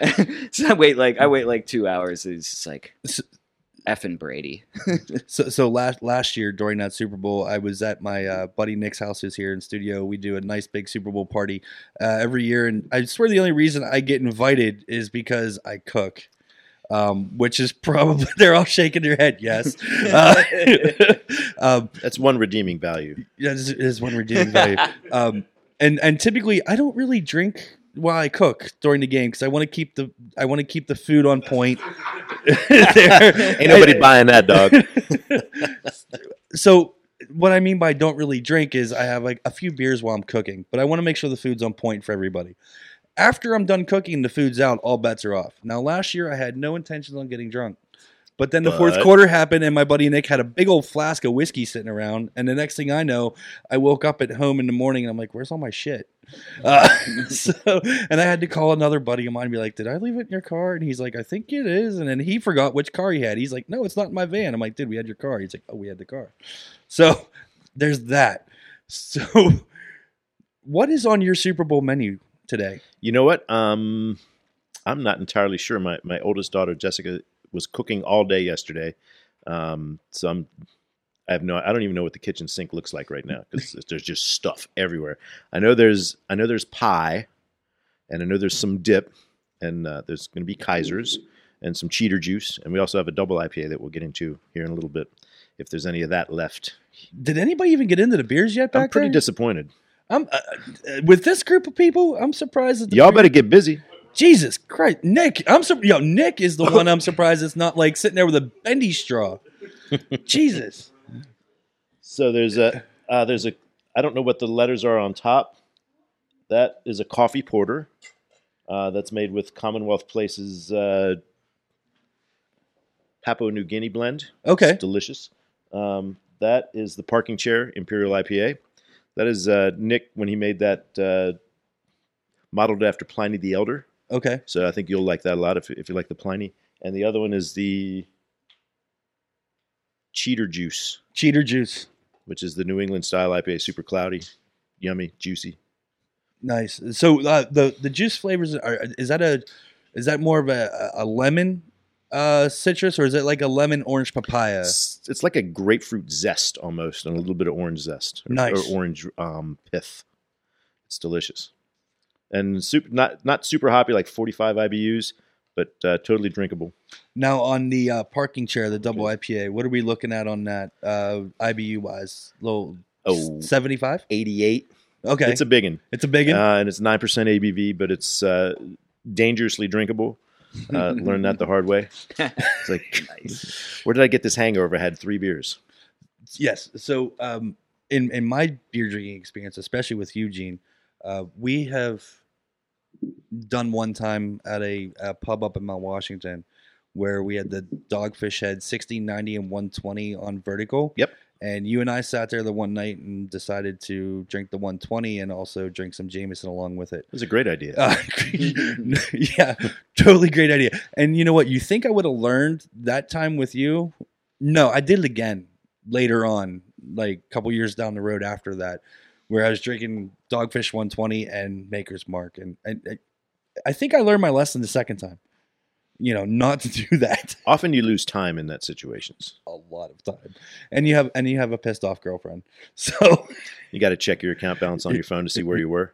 Speaker 5: *laughs* so I wait like I wait like two hours. It's just like
Speaker 3: S-
Speaker 5: effing Brady.
Speaker 3: So, so last last year during that Super Bowl, I was at my uh, buddy Nick's house, who's here in studio. We do a nice big Super Bowl party uh, every year, and I swear the only reason I get invited is because I cook, um, which is *laughs* probably they're all shaking their head. Yes,
Speaker 4: *laughs*
Speaker 3: uh, *laughs* um,
Speaker 4: That's one redeeming
Speaker 5: *laughs*
Speaker 4: value.
Speaker 3: yeah, this is one redeeming value. Um, and and typically, I don't really drink while I cook during the game because I want to keep the I want to keep the food on point. *laughs*
Speaker 4: *laughs* Ain't nobody buying that, dog.
Speaker 3: so what I mean by don't really drink is I have like a few beers while I'm cooking, but I want to make sure the food's on point for everybody. After I'm done cooking, the food's out, all bets are off. Now last year I had no intentions on getting drunk. But then the fourth
Speaker 4: But-
Speaker 3: quarter happened and my buddy Nick had a big old flask of whiskey sitting around and the next thing I know, I woke up at home in the morning and I'm like, "Where's all my shit?" Uh, *laughs* so and I had to call another buddy of mine and be like, "Did I leave it in your car?" And he's like, "I think it is." And then he forgot which car he had. He's like, "No, it's not in my van." I'm like, "Dude, we had your car." He's like, "Oh, we had the car." So *laughs* there's that. So *laughs* what is on your Super Bowl menu today?
Speaker 4: You know what? Um, I'm not entirely sure. My my oldest daughter Jessica was cooking all day yesterday, um, so I'm. I have no. I don't even know what the kitchen sink looks like right now because there's just stuff everywhere. I know there's. I know there's pie, and I know there's some dip, and uh, there's going to be Kaisers and some cheater juice, and we also have a double IPA that we'll get into here in a little bit. If there's any of that left,
Speaker 3: Did anybody even get into the beers yet back
Speaker 4: I'm pretty
Speaker 3: there?
Speaker 4: disappointed.
Speaker 3: I'm uh, uh, with this group of people. I'm surprised that the
Speaker 4: Y'all
Speaker 3: beer-
Speaker 4: better get busy.
Speaker 3: Jesus Christ, Nick! I'm sur- yo. Nick
Speaker 4: *laughs*
Speaker 3: is the one I'm surprised it's not like sitting there with a bendy straw. Jesus.
Speaker 4: So there's a uh, there's a I don't know what the letters are on top. That is a coffee porter. Uh, that's made with Commonwealth Places uh, Papua New Guinea blend.
Speaker 3: Okay.
Speaker 4: It's delicious. Um, that is the parking chair Imperial IPA. That is uh, Nick when he made that uh, modeled after Pliny the Elder.
Speaker 3: Okay.
Speaker 4: So I think you'll like that a lot if, if you like the Pliny. And the other one is the cheater juice
Speaker 3: Cheater juice.
Speaker 4: which is the New England style IPA, super cloudy, yummy, juicy.
Speaker 3: Nice. So uh, the the juice flavors are is that a is that more of a, a lemon uh, citrus, or is it like a lemon orange papaya?
Speaker 4: It's, it's like a grapefruit zest almost, and a little bit of orange zest or,
Speaker 3: Nice.
Speaker 4: or orange um, pith. It's delicious, and super not not super hoppy, like forty five IBUs, but uh, totally drinkable.
Speaker 3: Now on the uh, parking chair, the double IPA. What are we looking at on that uh, IBU wise? Little
Speaker 4: Oh,
Speaker 3: seventy five.
Speaker 4: 88.
Speaker 3: Okay,
Speaker 4: It's a big one.
Speaker 3: it's a big one.
Speaker 4: Uh, and it's 9% ABV, but it's uh, dangerously drinkable.
Speaker 3: *laughs*
Speaker 4: Uh, learned that the hard way. It's like, *laughs* where did I get this hangover? I had three beers.
Speaker 3: yes. So um, in in my beer drinking experience, especially with Eugene, uh, we have done one time at a, a pub up in Mount Washington where we had the dogfish head 60, 90, and 120 on vertical.
Speaker 4: Yep.
Speaker 3: And you and I sat there the one night and decided to drink the 120 and also drink some Jameson along with it.
Speaker 4: It was a great idea.
Speaker 3: Uh, *laughs* yeah, totally great idea. And you know what? You think I would have learned that time with you? No, I did it again later on, like a couple years down the road after that, where I was drinking Dogfish 120 and Maker's Mark, and, and, and I think I learned my lesson the second time. You know, not to *laughs* do that
Speaker 4: Often you lose time in that situations.
Speaker 3: a lot of time, and you have and you have a pissed off girlfriend. So
Speaker 4: You got to check your account balance on your phone to see where you
Speaker 5: *laughs*
Speaker 4: were.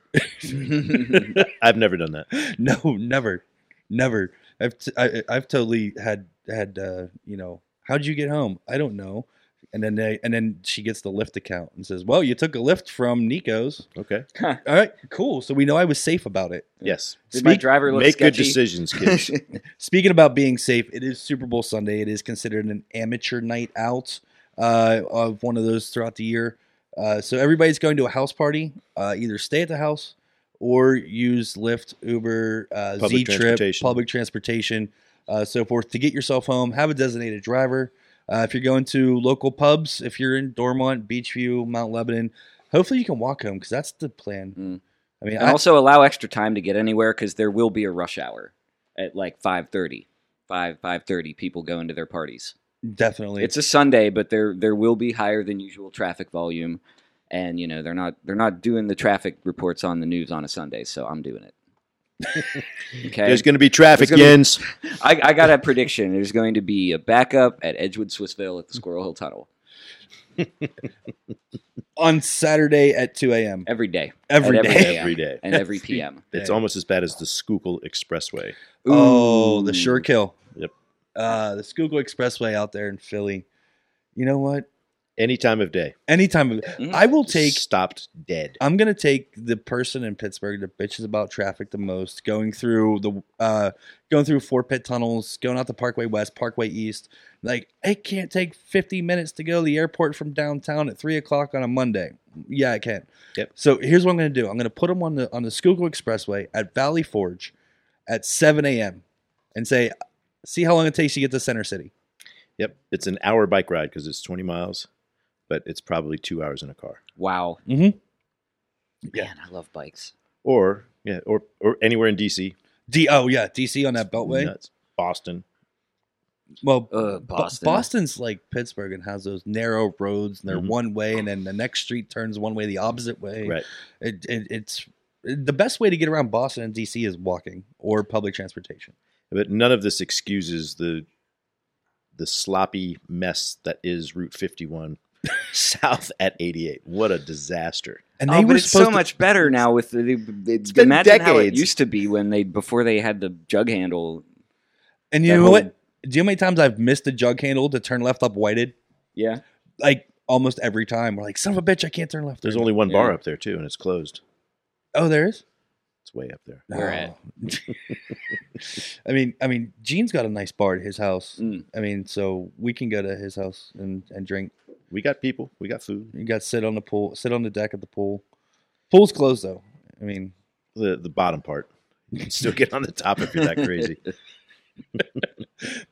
Speaker 4: I've never done that.
Speaker 3: *laughs* no, never, never. I've t- I, I- I've totally had had uh, you know. How'd you get home? I don't know. And then they, and then she gets the Lyft account and says, "Well, you took a lift from Nico's.
Speaker 4: Okay.
Speaker 3: All right, cool. So we know I was safe about it."
Speaker 4: Yes.
Speaker 5: Did my
Speaker 3: Speak-
Speaker 5: driver look
Speaker 4: Make good
Speaker 5: sketchy? *laughs*
Speaker 4: decisions, kids.
Speaker 3: Speaking about being safe, it is Super Bowl Sunday. It is considered an amateur night out uh, of one of those throughout the year. Uh, so everybody's going to a house party. Uh, either stay at the house or use Lyft, Uber, uh,
Speaker 4: Public
Speaker 3: Z Trip,
Speaker 4: transportation.
Speaker 3: public transportation, uh, so forth to get yourself home. Have a designated driver. Uh, if you're going to local pubs, if you're in Dormont, Beachview, Mount Lebanon, hopefully you can walk home because that's the plan.
Speaker 5: Mm.
Speaker 3: I mean,
Speaker 5: and
Speaker 3: I,
Speaker 5: also allow extra time to get anywhere because there will be a rush hour at like 5.30 5 5.30 people go into their parties
Speaker 3: definitely.
Speaker 5: it's a sunday but there there will be higher than usual traffic volume and you know they're not they're not doing the traffic reports on the news on a sunday so i'm doing it okay
Speaker 4: There's going to be traffic,
Speaker 5: There's gonna be- *laughs*
Speaker 4: Jens.
Speaker 5: I, I got a prediction there's going to be a backup at edgewood swissville at the squirrel hill tunnel
Speaker 3: on Saturday at 2 a.m.
Speaker 5: every day
Speaker 3: every
Speaker 5: every
Speaker 3: day.
Speaker 5: day.
Speaker 4: Every day.
Speaker 5: and every pm
Speaker 4: It's almost as bad as the Schuylkill Expressway.
Speaker 3: Oh,
Speaker 5: Ooh.
Speaker 3: the sure kill.
Speaker 4: Yep.
Speaker 3: Uh, the Schuylkill Expressway out there in Philly. You know what?
Speaker 4: Any time of day.
Speaker 3: Any time of I will take.
Speaker 4: Stopped dead.
Speaker 3: I'm gonna take the person in Pittsburgh that bitches about traffic the most, going through the uh, going through four pit tunnels, going out the Parkway West, Parkway East. Like it can't take 50 minutes to go to the airport from downtown at three o'clock on a Monday. Yeah, it can.
Speaker 4: Yep.
Speaker 3: So here's what I'm gonna do. I'm gonna put them on the on the Schuylkill Expressway at Valley Forge at 7 a.m. and say, see how long it takes to get to Center City.
Speaker 4: Yep. It's an hour bike ride because it's 20 miles, but it's probably two hours in a car.
Speaker 5: wow
Speaker 3: Mhm.
Speaker 5: man i love bikes
Speaker 4: Or, yeah, or, or anywhere in DC.
Speaker 3: D oh yeah, DC on that Beltway.
Speaker 4: Nuts. Boston.
Speaker 3: Well, Bo-
Speaker 5: uh, boston
Speaker 3: Boston's like Pittsburgh and has those narrow roads and they're
Speaker 4: Mhm.
Speaker 3: one way, and then the next street turns one way the opposite way.
Speaker 4: Right.
Speaker 3: It, it, it's the best way to get around Boston and DC is walking or public transportation.
Speaker 4: But none of this excuses the the sloppy mess that is Route 51 *laughs* south at 88. What a disaster.
Speaker 3: And
Speaker 5: oh, but it's so much better now with the, the it's
Speaker 4: been
Speaker 5: imagine how it
Speaker 4: decades.
Speaker 5: used to be when they before they had the jug handle.
Speaker 3: And you
Speaker 5: that
Speaker 3: know
Speaker 5: whole-
Speaker 3: what? Do you know how many times I've missed the jug handle to turn left up whited?
Speaker 5: Yeah,
Speaker 3: Like almost every time. We're like, son of a bitch, I can't turn left.
Speaker 4: There's only one bar
Speaker 5: Yeah.
Speaker 4: up there, too, and it's closed.
Speaker 3: oh, there is.
Speaker 4: It's way up there.
Speaker 5: Where at?
Speaker 3: *laughs* I mean, I mean, Gene's got a nice bar at his house.
Speaker 5: Mm.
Speaker 3: I mean, so we can go to his house and, and drink.
Speaker 4: We got people, we got food.
Speaker 3: You got to sit on the pool, sit on the deck of the pool. Pool's closed though. I mean,
Speaker 4: The, the bottom part. You can still get on the top if you're
Speaker 3: *laughs*
Speaker 4: that crazy.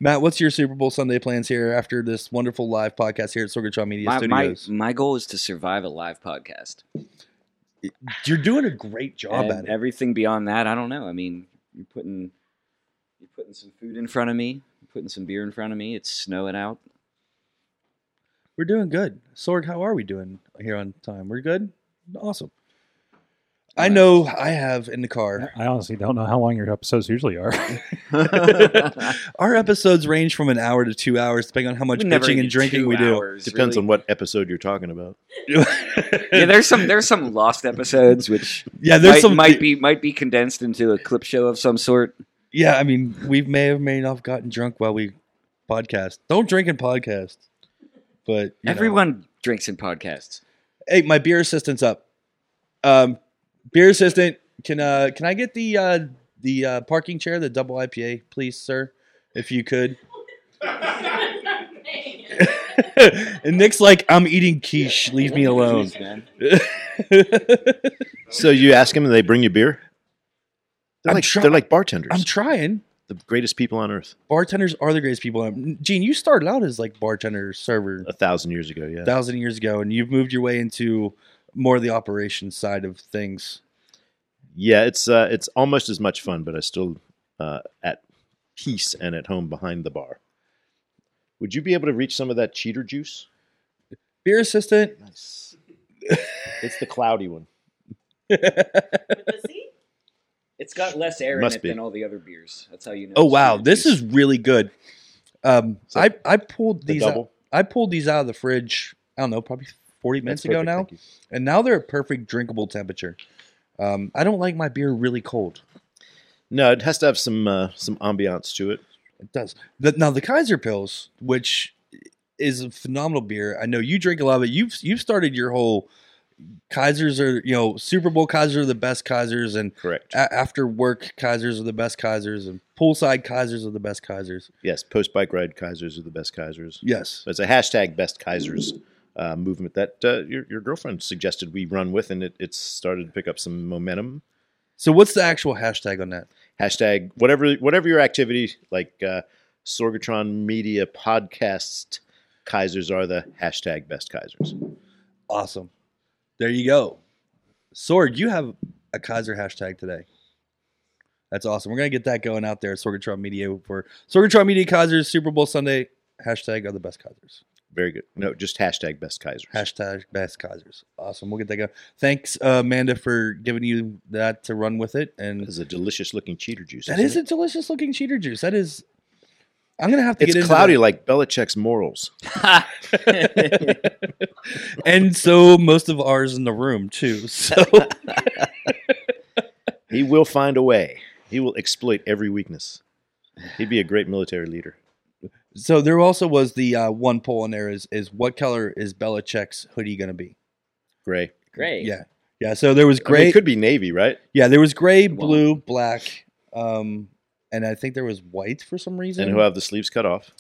Speaker 3: Matt, what's your Super Bowl Sunday plans here after this wonderful live podcast here at Sorgatron Media
Speaker 5: my, my
Speaker 3: Studios?
Speaker 5: my goal is to survive a live podcast.
Speaker 3: You're doing a great job
Speaker 5: And
Speaker 3: at it.
Speaker 5: everything beyond that, I don't know. I mean, you're putting you're putting some food in front of me, you're putting some beer in front of me. It's
Speaker 3: *laughs*
Speaker 5: snowing out. *laughs*
Speaker 3: We're doing good. Sorg, how are we doing here on time? We're good. Awesome. I know I have in the *laughs* car.
Speaker 6: I honestly don't know how long your episodes usually are.
Speaker 3: Our episodes range from an hour to two hours, depending on how much bitching and drinking we do.
Speaker 4: Depends on what episode you're talking about.
Speaker 5: Yeah, there's some there's some lost episodes which
Speaker 3: *laughs* yeah, there's
Speaker 5: might,
Speaker 3: some.
Speaker 5: might be might be condensed into a clip show of some sort.
Speaker 3: yeah, I mean, we may or may not have gotten drunk while we podcast. Don't drink and podcast. But you know.
Speaker 5: Everyone drinks in podcasts.
Speaker 3: hey, my beer assistant's up. Um, beer assistant, can uh, can I get the uh, the uh, parking chair, the double IPA, please, sir, if you could. *laughs* and Nick's like, I'm eating quiche. Leave me alone.
Speaker 4: So you ask them, and they bring you beer. They're
Speaker 3: I'm
Speaker 4: like
Speaker 3: try-
Speaker 4: they're like bartenders.
Speaker 3: *laughs* I'm trying.
Speaker 4: the greatest people on earth.
Speaker 3: Bartenders are the greatest people. Gene, you started out as like bartender, server,
Speaker 4: A thousand years ago, yeah.
Speaker 3: a thousand years ago, and you've moved your way into more of the operations side of things.
Speaker 4: yeah, it's uh, it's almost as much fun, but I still uh, at peace and at home behind the bar. Would you be able to reach some of that cheater juice?
Speaker 3: Beer
Speaker 4: *laughs*
Speaker 3: assistant,
Speaker 4: Nice. it's the cloudy one.
Speaker 5: It's got less air
Speaker 4: Must
Speaker 5: in it
Speaker 4: be.
Speaker 5: than all the other beers. That's how you know.
Speaker 3: Oh
Speaker 5: it's
Speaker 3: wow,
Speaker 5: beer
Speaker 3: this
Speaker 5: juice.
Speaker 3: is really good. Um,
Speaker 4: So,
Speaker 3: I I pulled
Speaker 4: The
Speaker 3: these uh, out,
Speaker 4: double.
Speaker 3: I pulled these out of the fridge. I don't know, probably forty minutes
Speaker 4: That's
Speaker 3: ago
Speaker 4: perfect,
Speaker 3: now,
Speaker 4: thank you.
Speaker 3: and now they're at perfect drinkable temperature. Um, I don't like my beer really cold.
Speaker 4: No, it has to have some uh, some ambiance to it.
Speaker 3: It does. The, now the Kaiser Pills, which is a phenomenal beer. I know you drink a lot of it. You've you've started your whole Kaisers are you know Super Bowl Kaisers are the best Kaisers, and
Speaker 4: Correct.
Speaker 3: a- after work Kaisers are the best Kaisers, and poolside Kaisers are the best Kaisers.
Speaker 4: Yes, post bike ride Kaisers are the best Kaisers.
Speaker 3: Yes.
Speaker 4: So it's a hashtag best Kaisers uh, movement that uh, your your girlfriend suggested we run with, and it, it's started to pick up some momentum.
Speaker 3: So what's the actual hashtag on that?
Speaker 4: Hashtag whatever whatever your activity like uh, Sorgatron Media podcasts Kaisers are the hashtag best Kaisers.
Speaker 3: Awesome. There you go. Sorg, you have a Kaiser hashtag today. That's awesome. We're gonna get that going out there at Sorgatron Media for Sorgatron Media Kaisers Super Bowl Sunday. Hashtag are the best Kaisers.
Speaker 4: Very good. No, just hashtag best Kaisers.
Speaker 3: Hashtag best Kaisers. Awesome. We'll get that going. Thanks, uh, Amanda, for giving you that to run with it.
Speaker 4: That
Speaker 3: And
Speaker 4: is a delicious looking cheater juice.
Speaker 3: that
Speaker 4: isn't
Speaker 3: is a
Speaker 4: it?
Speaker 3: delicious looking cheater juice. That is. I'm gonna have to get
Speaker 4: It's
Speaker 3: into
Speaker 4: cloudy
Speaker 3: that.
Speaker 4: like Belichick's morals.
Speaker 3: *laughs* and so most of ours in the room too. So
Speaker 4: He will find a way. He will exploit every weakness. He'd be a great military leader.
Speaker 3: So there also was the uh, one poll in there is is what color is Belichick's hoodie going to be?
Speaker 4: Gray.
Speaker 5: great.
Speaker 3: Yeah, yeah. So there was
Speaker 4: I mean,
Speaker 3: gray.
Speaker 4: it could be navy, right?
Speaker 3: yeah, there was gray,
Speaker 5: Well-
Speaker 3: blue, black, um, and I think there was white for some reason.
Speaker 4: And he'll have the sleeves cut off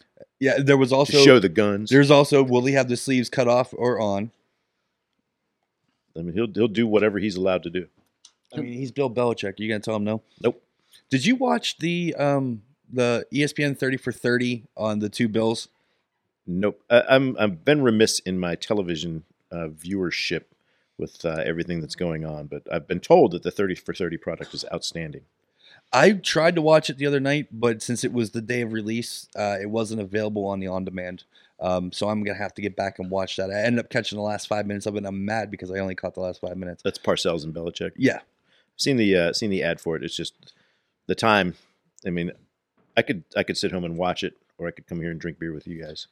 Speaker 3: yeah, there was
Speaker 4: to
Speaker 3: also
Speaker 4: show the guns.
Speaker 3: there's also will he have the sleeves cut off or on?
Speaker 4: I mean, he'll he'll do whatever he's allowed to do.
Speaker 3: I mean, he's Bill Belichick. You gonna tell him no?
Speaker 4: Nope.
Speaker 3: Did you watch the um the ESPN thirty for thirty on the two Bills?
Speaker 4: Nope. I, I'm I've been remiss in my television uh, viewership with uh, everything that's going on, but I've been told that the 30 for 30 product is outstanding.
Speaker 3: I tried to watch it the other night, but since it was the day of release, uh, it wasn't available on the on demand. Um, so I'm gonna have to get back and watch that. I ended up catching the last five minutes of it. and I'm mad because I only caught the last five minutes.
Speaker 4: That's Parcells and Belichick.
Speaker 3: Yeah,
Speaker 4: Seen the uh, seen the ad for it. It's just the time. I mean, I could I could sit home and watch it, or I could come here and drink beer with you guys.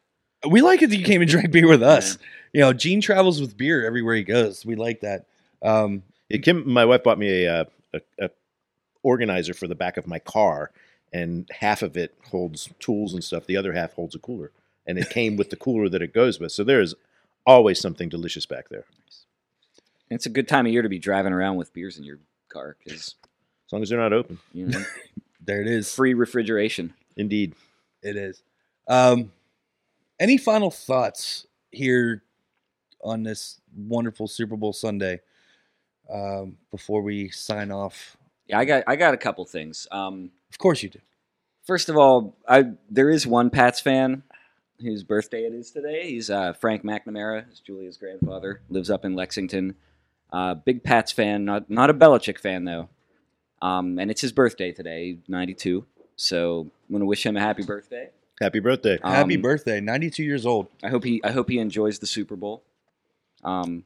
Speaker 3: we like it that you came and drank beer with us. You know, Gene travels with beer everywhere he goes. We like that. Um,
Speaker 4: Yeah, Kim, my wife bought me a, uh, a, a organizer for the back of my car, and half of it holds tools and stuff. The other half holds a cooler, and it came with the cooler that it goes with. So there is always something delicious back there,
Speaker 5: It's a good time of year to be driving around with beers in your car because
Speaker 4: as long as they're not open.
Speaker 5: you know
Speaker 3: there it is.
Speaker 5: free refrigeration.
Speaker 4: Indeed,
Speaker 3: It is. Um, any final thoughts here on this wonderful Super Bowl Sunday um, before we sign off?
Speaker 5: Yeah, I got I got a couple things. Um,
Speaker 3: Of course you do.
Speaker 5: first of all, I there is one Pats fan whose birthday it is today. He's uh, Frank McNamara, who's Julia's grandfather, lives up in Lexington. Uh, big Pats fan, not not a Belichick fan though. Um, and it's his birthday today, ninety two. So I'm gonna wish him a happy birthday.
Speaker 4: happy birthday!
Speaker 5: Um,
Speaker 3: Happy birthday, 92 years old.
Speaker 5: I hope he I hope he enjoys the Super Bowl. Um,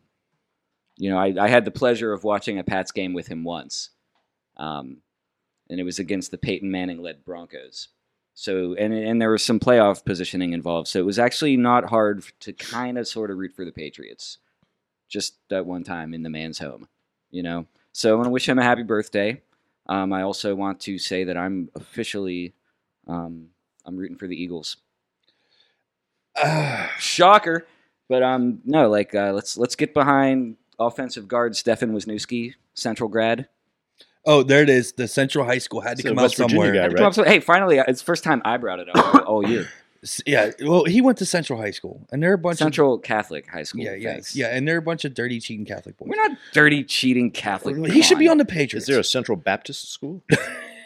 Speaker 5: you know, I, I had the pleasure of watching a Pats game with him once, um, and it was against the Peyton Manning led Broncos. So, and and there was some playoff positioning involved. So it was actually not hard to kind of sort of root for the Patriots, just that one time in the man's home, you know. So I want to wish him a happy birthday. Um, I also want to say that I'm officially, um, I'm rooting for the Eagles.
Speaker 3: Ah,
Speaker 5: Shocker. But um, no, like uh, let's let's get behind offensive guard Stefan Wisniewski, Central grad.
Speaker 3: oh, there it is. The Central High School had to
Speaker 4: So
Speaker 3: come
Speaker 4: West
Speaker 3: out
Speaker 4: Virginia
Speaker 3: somewhere.
Speaker 4: guy,
Speaker 5: Come up-
Speaker 4: right?
Speaker 5: so- hey, finally, uh, it's the first time I brought it
Speaker 3: *coughs*
Speaker 5: up all year.
Speaker 3: S- Yeah. Well, he went to Central High School, and there are a bunch
Speaker 5: Central Catholic High
Speaker 3: of
Speaker 5: School.
Speaker 3: yeah, yeah,
Speaker 5: thanks.
Speaker 3: yeah, and there are a bunch of dirty, cheating Catholic boys.
Speaker 5: We're not dirty, cheating Catholic.
Speaker 3: he should be on the
Speaker 4: Is
Speaker 3: Patriots.
Speaker 4: there a Central Baptist school?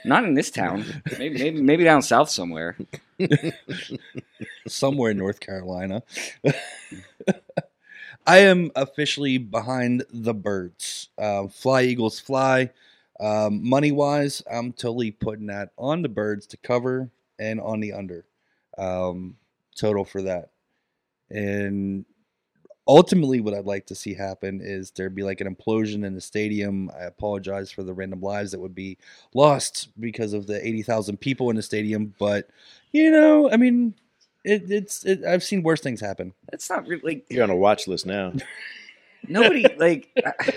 Speaker 5: Not in
Speaker 3: *laughs*
Speaker 5: this town. Maybe, maybe, maybe down south somewhere.
Speaker 3: somewhere in North Carolina. *laughs* I am officially behind the birds. Um, fly Eagles fly. Um, money wise, I'm totally putting that on the birds to cover and on the under um, total for that. And ultimately, what I'd like to see happen is there be like an implosion in the stadium. I apologize for the random lives that would be lost because of the 80,000 people in the stadium, but you know, I mean, it, it's it, I've seen worse things happen.
Speaker 5: That's not really
Speaker 4: You're on a watch list now.
Speaker 3: *laughs*
Speaker 5: nobody like. uh,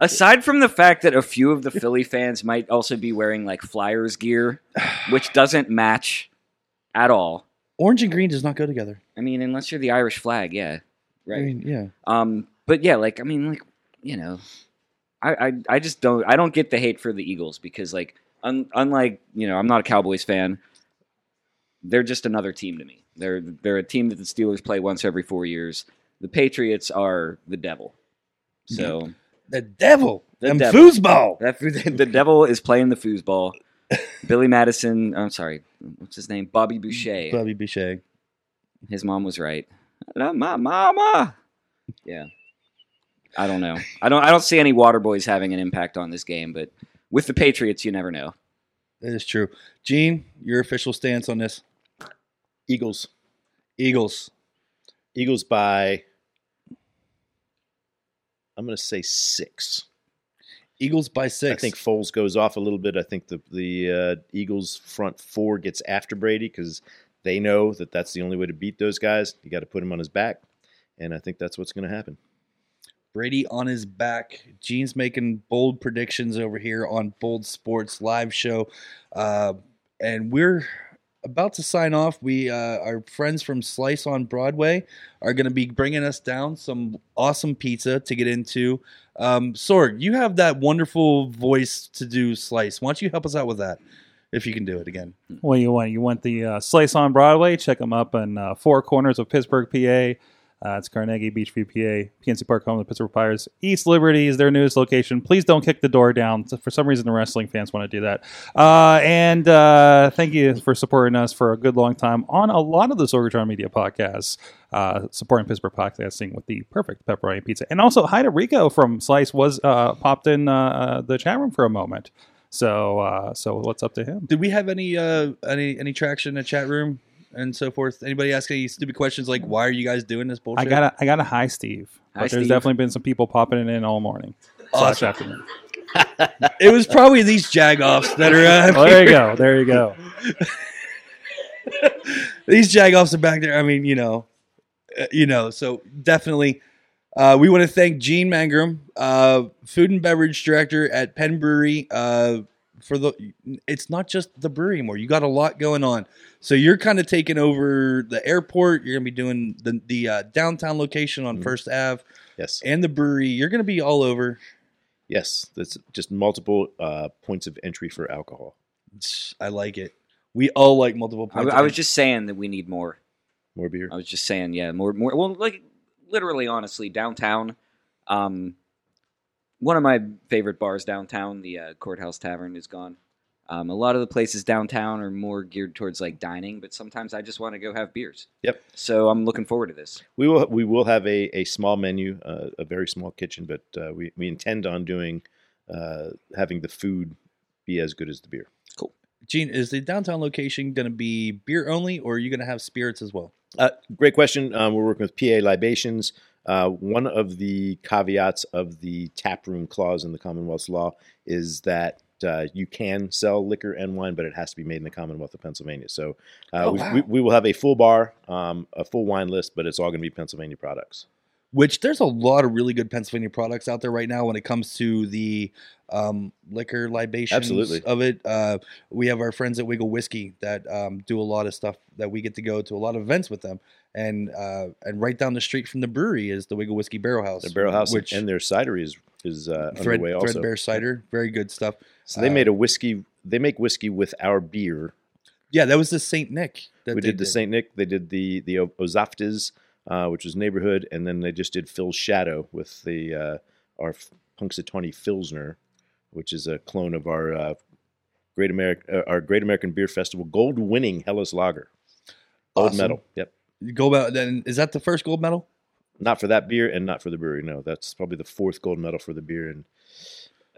Speaker 5: Aside from the fact that a few of the Philly fans might also be wearing like Flyers gear, which doesn't match at all.
Speaker 3: Orange and green does not go together.
Speaker 5: I mean, unless you're the Irish flag, yeah,
Speaker 3: I mean, yeah.
Speaker 5: Um, but yeah, like I mean, like you know, I I, I just don't I don't get the hate for the Eagles because like un, unlike you know I'm not a Cowboys fan. They're just another team to me. They're they're a team that the Steelers play once every four years. The Patriots are the devil. So
Speaker 3: The devil.
Speaker 5: The
Speaker 3: them
Speaker 5: devil.
Speaker 3: foosball.
Speaker 5: that *laughs* the devil is playing the foosball. Billy Madison, I'm sorry, what's his name? Bobby Boucher.
Speaker 3: Bobby Bichet.
Speaker 5: His mom was right. Not my mama. Yeah. I don't know. I don't. I don't see any water boys having an impact on this game, but with the Patriots, you never know.
Speaker 3: That is true. Gene, your official stance on this.
Speaker 4: Eagles.
Speaker 3: Eagles.
Speaker 4: Eagles by. I'm going to say six.
Speaker 3: Eagles by six.
Speaker 4: I think Foles goes off a little bit. I think the the uh, Eagles front four gets after Brady because they know that that's the only way to beat those guys. You got to put him on his back, and I think that's what's going to happen.
Speaker 3: Brady on his back. Gene's making bold predictions over here on Bold Sports Live Show. Uh, and we're about to sign off. We, uh, our friends from Slice on Broadway, are going to be bringing us down some awesome pizza to get into. Um, Sorg, you have that wonderful voice to do Slice. Why don't you help us out with that if you can do it again?
Speaker 6: What do you want? You want the uh, Slice on Broadway? Check them up in uh, Four Corners of Pittsburgh, PA. Uh, it's Carnegie Beach, PA, PNC Park home of the Pittsburgh Pirates. East Liberty is their newest location. Please don't kick the door down. For some reason, the wrestling fans want to do that. Uh, and uh, thank you for supporting us for a good long time on a lot of the Sorgatron Media podcasts, uh, supporting Pittsburgh podcasting with the perfect pepperoni pizza. And also, Haida Rico from Slice was uh, popped in uh, uh, the chat room for a moment. So, uh, so what's up to him?
Speaker 3: Did we have any uh, any any traction in the chat room and so forth? Anybody ask any stupid questions like, why are you guys doing this bullshit?
Speaker 6: I got a, I got a hi, Steve.
Speaker 5: Hi,
Speaker 6: but there's
Speaker 5: Steve.
Speaker 6: definitely been some people popping it in all morning. Slash afternoon.
Speaker 3: It was probably these jagoffs that are
Speaker 6: Well,
Speaker 3: uh,
Speaker 6: there you go. There you go.
Speaker 3: *laughs* these jagoffs are back there. I mean, you know, uh, you know. So definitely, uh, we want to thank Gene Mangrum, uh, food and beverage director at Penn Brewery. Uh, for the, it's not just the brewery anymore. You got a lot going on. So you're kind of taking over the airport. You're gonna be doing the the uh, downtown location on
Speaker 5: Mm-hmm.
Speaker 4: Mhm.
Speaker 3: First Ave
Speaker 4: Yes,
Speaker 3: and the brewery. You're gonna be all over.
Speaker 4: yes, that's just multiple uh, points of entry for alcohol.
Speaker 3: I like it. We all like multiple
Speaker 5: I,
Speaker 3: points.
Speaker 5: I was just saying that we need more.
Speaker 4: More beer.
Speaker 5: I was just saying, yeah, more, more. Well, like literally, honestly, downtown. Um, one of my favorite bars downtown, the uh, Courthouse Tavern, is gone. Um, a lot of the places downtown are more geared towards like dining, but sometimes I just want to go have beers.
Speaker 4: Yep.
Speaker 5: So I'm looking forward to this.
Speaker 4: We will we will have a, a small menu, uh, a very small kitchen, but uh, we we intend on doing uh, having the food be as good as the beer.
Speaker 3: Gene, is the downtown location going to be beer only, or are you going to have spirits as well?
Speaker 4: Uh, great question. Um, we're working with PA Libations. Uh, one of the caveats of the taproom clause in the Commonwealth's law is that uh, you can sell liquor and wine, but it has to be made in the Commonwealth of Pennsylvania. So uh,
Speaker 3: Oh,
Speaker 4: we,
Speaker 3: wow.
Speaker 4: we, we will have a full bar, um, a full wine list, but it's all going to be Pennsylvania products.
Speaker 3: Which there's a lot of really good Pennsylvania products out there right now when it comes to the um, liquor libations
Speaker 4: Absolutely.
Speaker 3: of it. Uh, we have our friends at Wiggle Whiskey that um, do a lot of stuff that we get to go to a lot of events with them. And uh, and right down the street from the brewery is the Wiggle Whiskey Barrel House.
Speaker 4: Their barrel house
Speaker 3: which
Speaker 4: and their cidery is is uh,
Speaker 3: Thread,
Speaker 4: underway also.
Speaker 3: Threadbare cider, very good stuff.
Speaker 4: So they
Speaker 3: uh,
Speaker 4: made a whiskey. They make whiskey with our beer.
Speaker 3: Yeah, that was the Saint Nick. That
Speaker 4: we
Speaker 3: they
Speaker 4: did the Saint Nick. They did the the O- Ozaftas, uh, which was neighborhood, and then they just did Phil's Shadow with the uh, our Punxsutawney Filsner, which is a clone of our uh, Great American uh, our Great American Beer Festival gold winning Hellas Lager, gold
Speaker 3: Awesome.
Speaker 4: medal. Yep.
Speaker 3: Gold medal. Then is that the first gold medal?
Speaker 4: Not for that beer, and not for the brewery. No, that's probably the fourth gold medal for the beer, and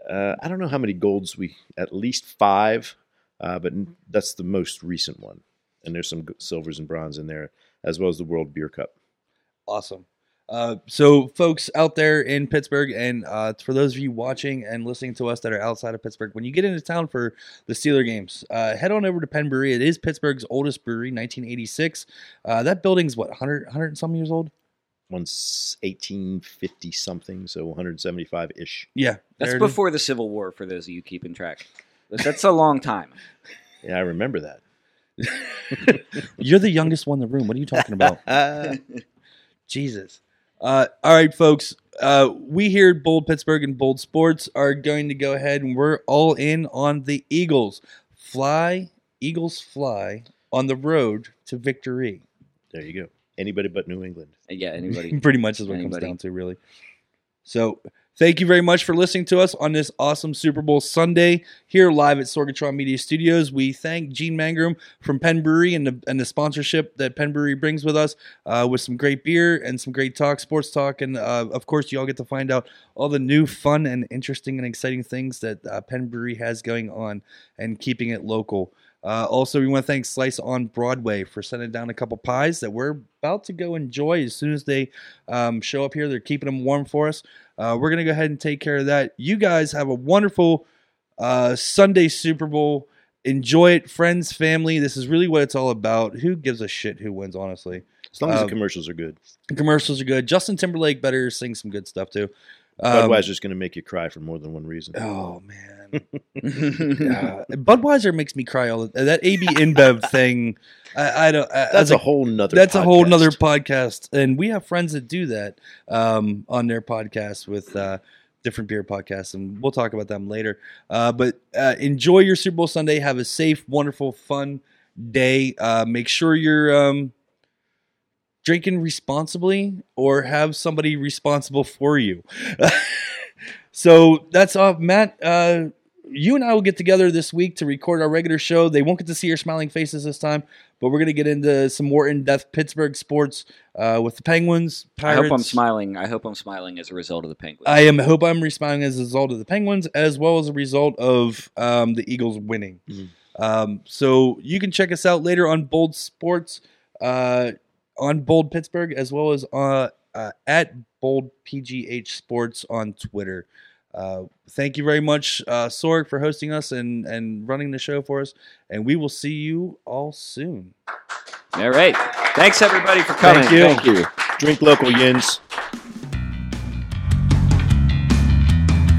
Speaker 4: uh, I don't know how many golds we at least five, uh, but n- that's the most recent one. And there's some g- silvers and bronze in there, as well as the World Beer Cup.
Speaker 3: Awesome. Uh, so, folks out there in Pittsburgh, and uh, for those of you watching and listening to us that are outside of Pittsburgh, when you get into town for the Steeler games, uh, head on over to Penn Brewery. It is Pittsburgh's oldest brewery, 1986. Uh, that building's what 100, 100 and some years old.
Speaker 4: One's 1850 something, so 175 ish.
Speaker 3: Yeah, there
Speaker 5: That's
Speaker 3: it is.
Speaker 5: before the Civil War, for those of you keeping track. That's a long time.
Speaker 4: Yeah, I remember that.
Speaker 3: You're the youngest one in the room. What are you talking about?
Speaker 4: Uh,
Speaker 3: Jesus. Uh, all right, folks. Uh, we here at Bold Pittsburgh and Bold Sports are going to go ahead and we're all in on the Eagles. Fly, Eagles fly on the road to victory.
Speaker 4: *laughs* there you go. Anybody but New England.
Speaker 5: Uh, Yeah,
Speaker 3: *laughs*
Speaker 5: anybody.
Speaker 3: Pretty much is what it comes
Speaker 5: Anybody.
Speaker 3: down to, really. So, thank you very much for listening to us on this awesome Super Bowl Sunday here live at Sorgatron Media Studios. We thank Gene Mangrum from Penn Brewery and the, and the sponsorship that Penn Brewery brings with us uh, with some great beer and some great talk, sports talk. And uh, of course, you all get to find out all the new, fun, and interesting and exciting things that uh, Penn Brewery has going on and keeping it local. Uh, also, we want to thank Slice on Broadway for sending down a couple pies that we're about to go enjoy as soon as they um, show up here. They're keeping them warm for us. Uh, we're going to go ahead and take care of that. You guys have a wonderful uh, Sunday Super Bowl. Enjoy it, friends, family. This is really what it's all about. Who gives a shit who wins, honestly?
Speaker 4: As long as
Speaker 3: Um,
Speaker 4: the commercials are good.
Speaker 3: The commercials are good. Justin Timberlake better sing some good stuff too. Um,
Speaker 4: Budweiser's going to make you cry for more than one reason.
Speaker 3: Oh man, Uh, *laughs* Budweiser makes me cry all the, that AB InBev thing. I, I don't. I,
Speaker 4: that's
Speaker 3: I
Speaker 4: a whole nother
Speaker 3: that's a whole
Speaker 4: podcast.
Speaker 3: nother podcast and we have friends that do that um, on their podcast with uh, different beer podcasts and we'll talk about them later uh, but uh, enjoy your super bowl sunday have a safe wonderful fun day uh, make sure you're um, drinking responsibly or have somebody responsible for you *laughs* so that's off matt uh, you and I will get together this week to record our regular show. They won't get to see your smiling faces this time, but we're going to get into some more in-depth Pittsburgh sports uh, with the Penguins.
Speaker 5: I
Speaker 3: Pirates.
Speaker 5: hope I'm smiling. I hope I'm smiling as a result of the Penguins.
Speaker 3: I am hope I'm responding as a result of the Penguins as well as a result of um, the Eagles winning.
Speaker 4: Mhm.
Speaker 3: Um, so you can check us out later on Bold Sports, uh, on Bold Pittsburgh, as well as uh, uh, at Bold PGH Sports on Twitter. Uh, thank you very much, uh, Sorg, for hosting us and and running the show for us. And we will see you all soon.
Speaker 5: All right. Thanks everybody for coming.
Speaker 3: Thank you.
Speaker 5: Thank you.
Speaker 4: Drink local yins.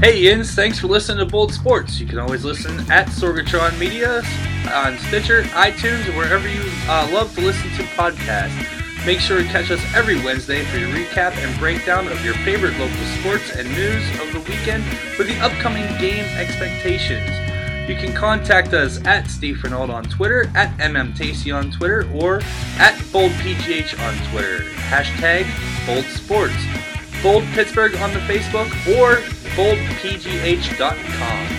Speaker 1: Hey, Yins, thanks for listening to Bold Sports. You can always listen at Sorgatron Media on Stitcher, iTunes, and wherever you uh, love to listen to podcasts. Make sure to catch us every Wednesday for your recap and breakdown of your favorite local sports and news of the weekend with the upcoming game expectations. You can contact us at Steve Renault on Twitter, at MMTacy on Twitter, or at BoldPGH on Twitter. Hashtag Bold Sports. Bold Pittsburgh on the Facebook or boldpgh.com.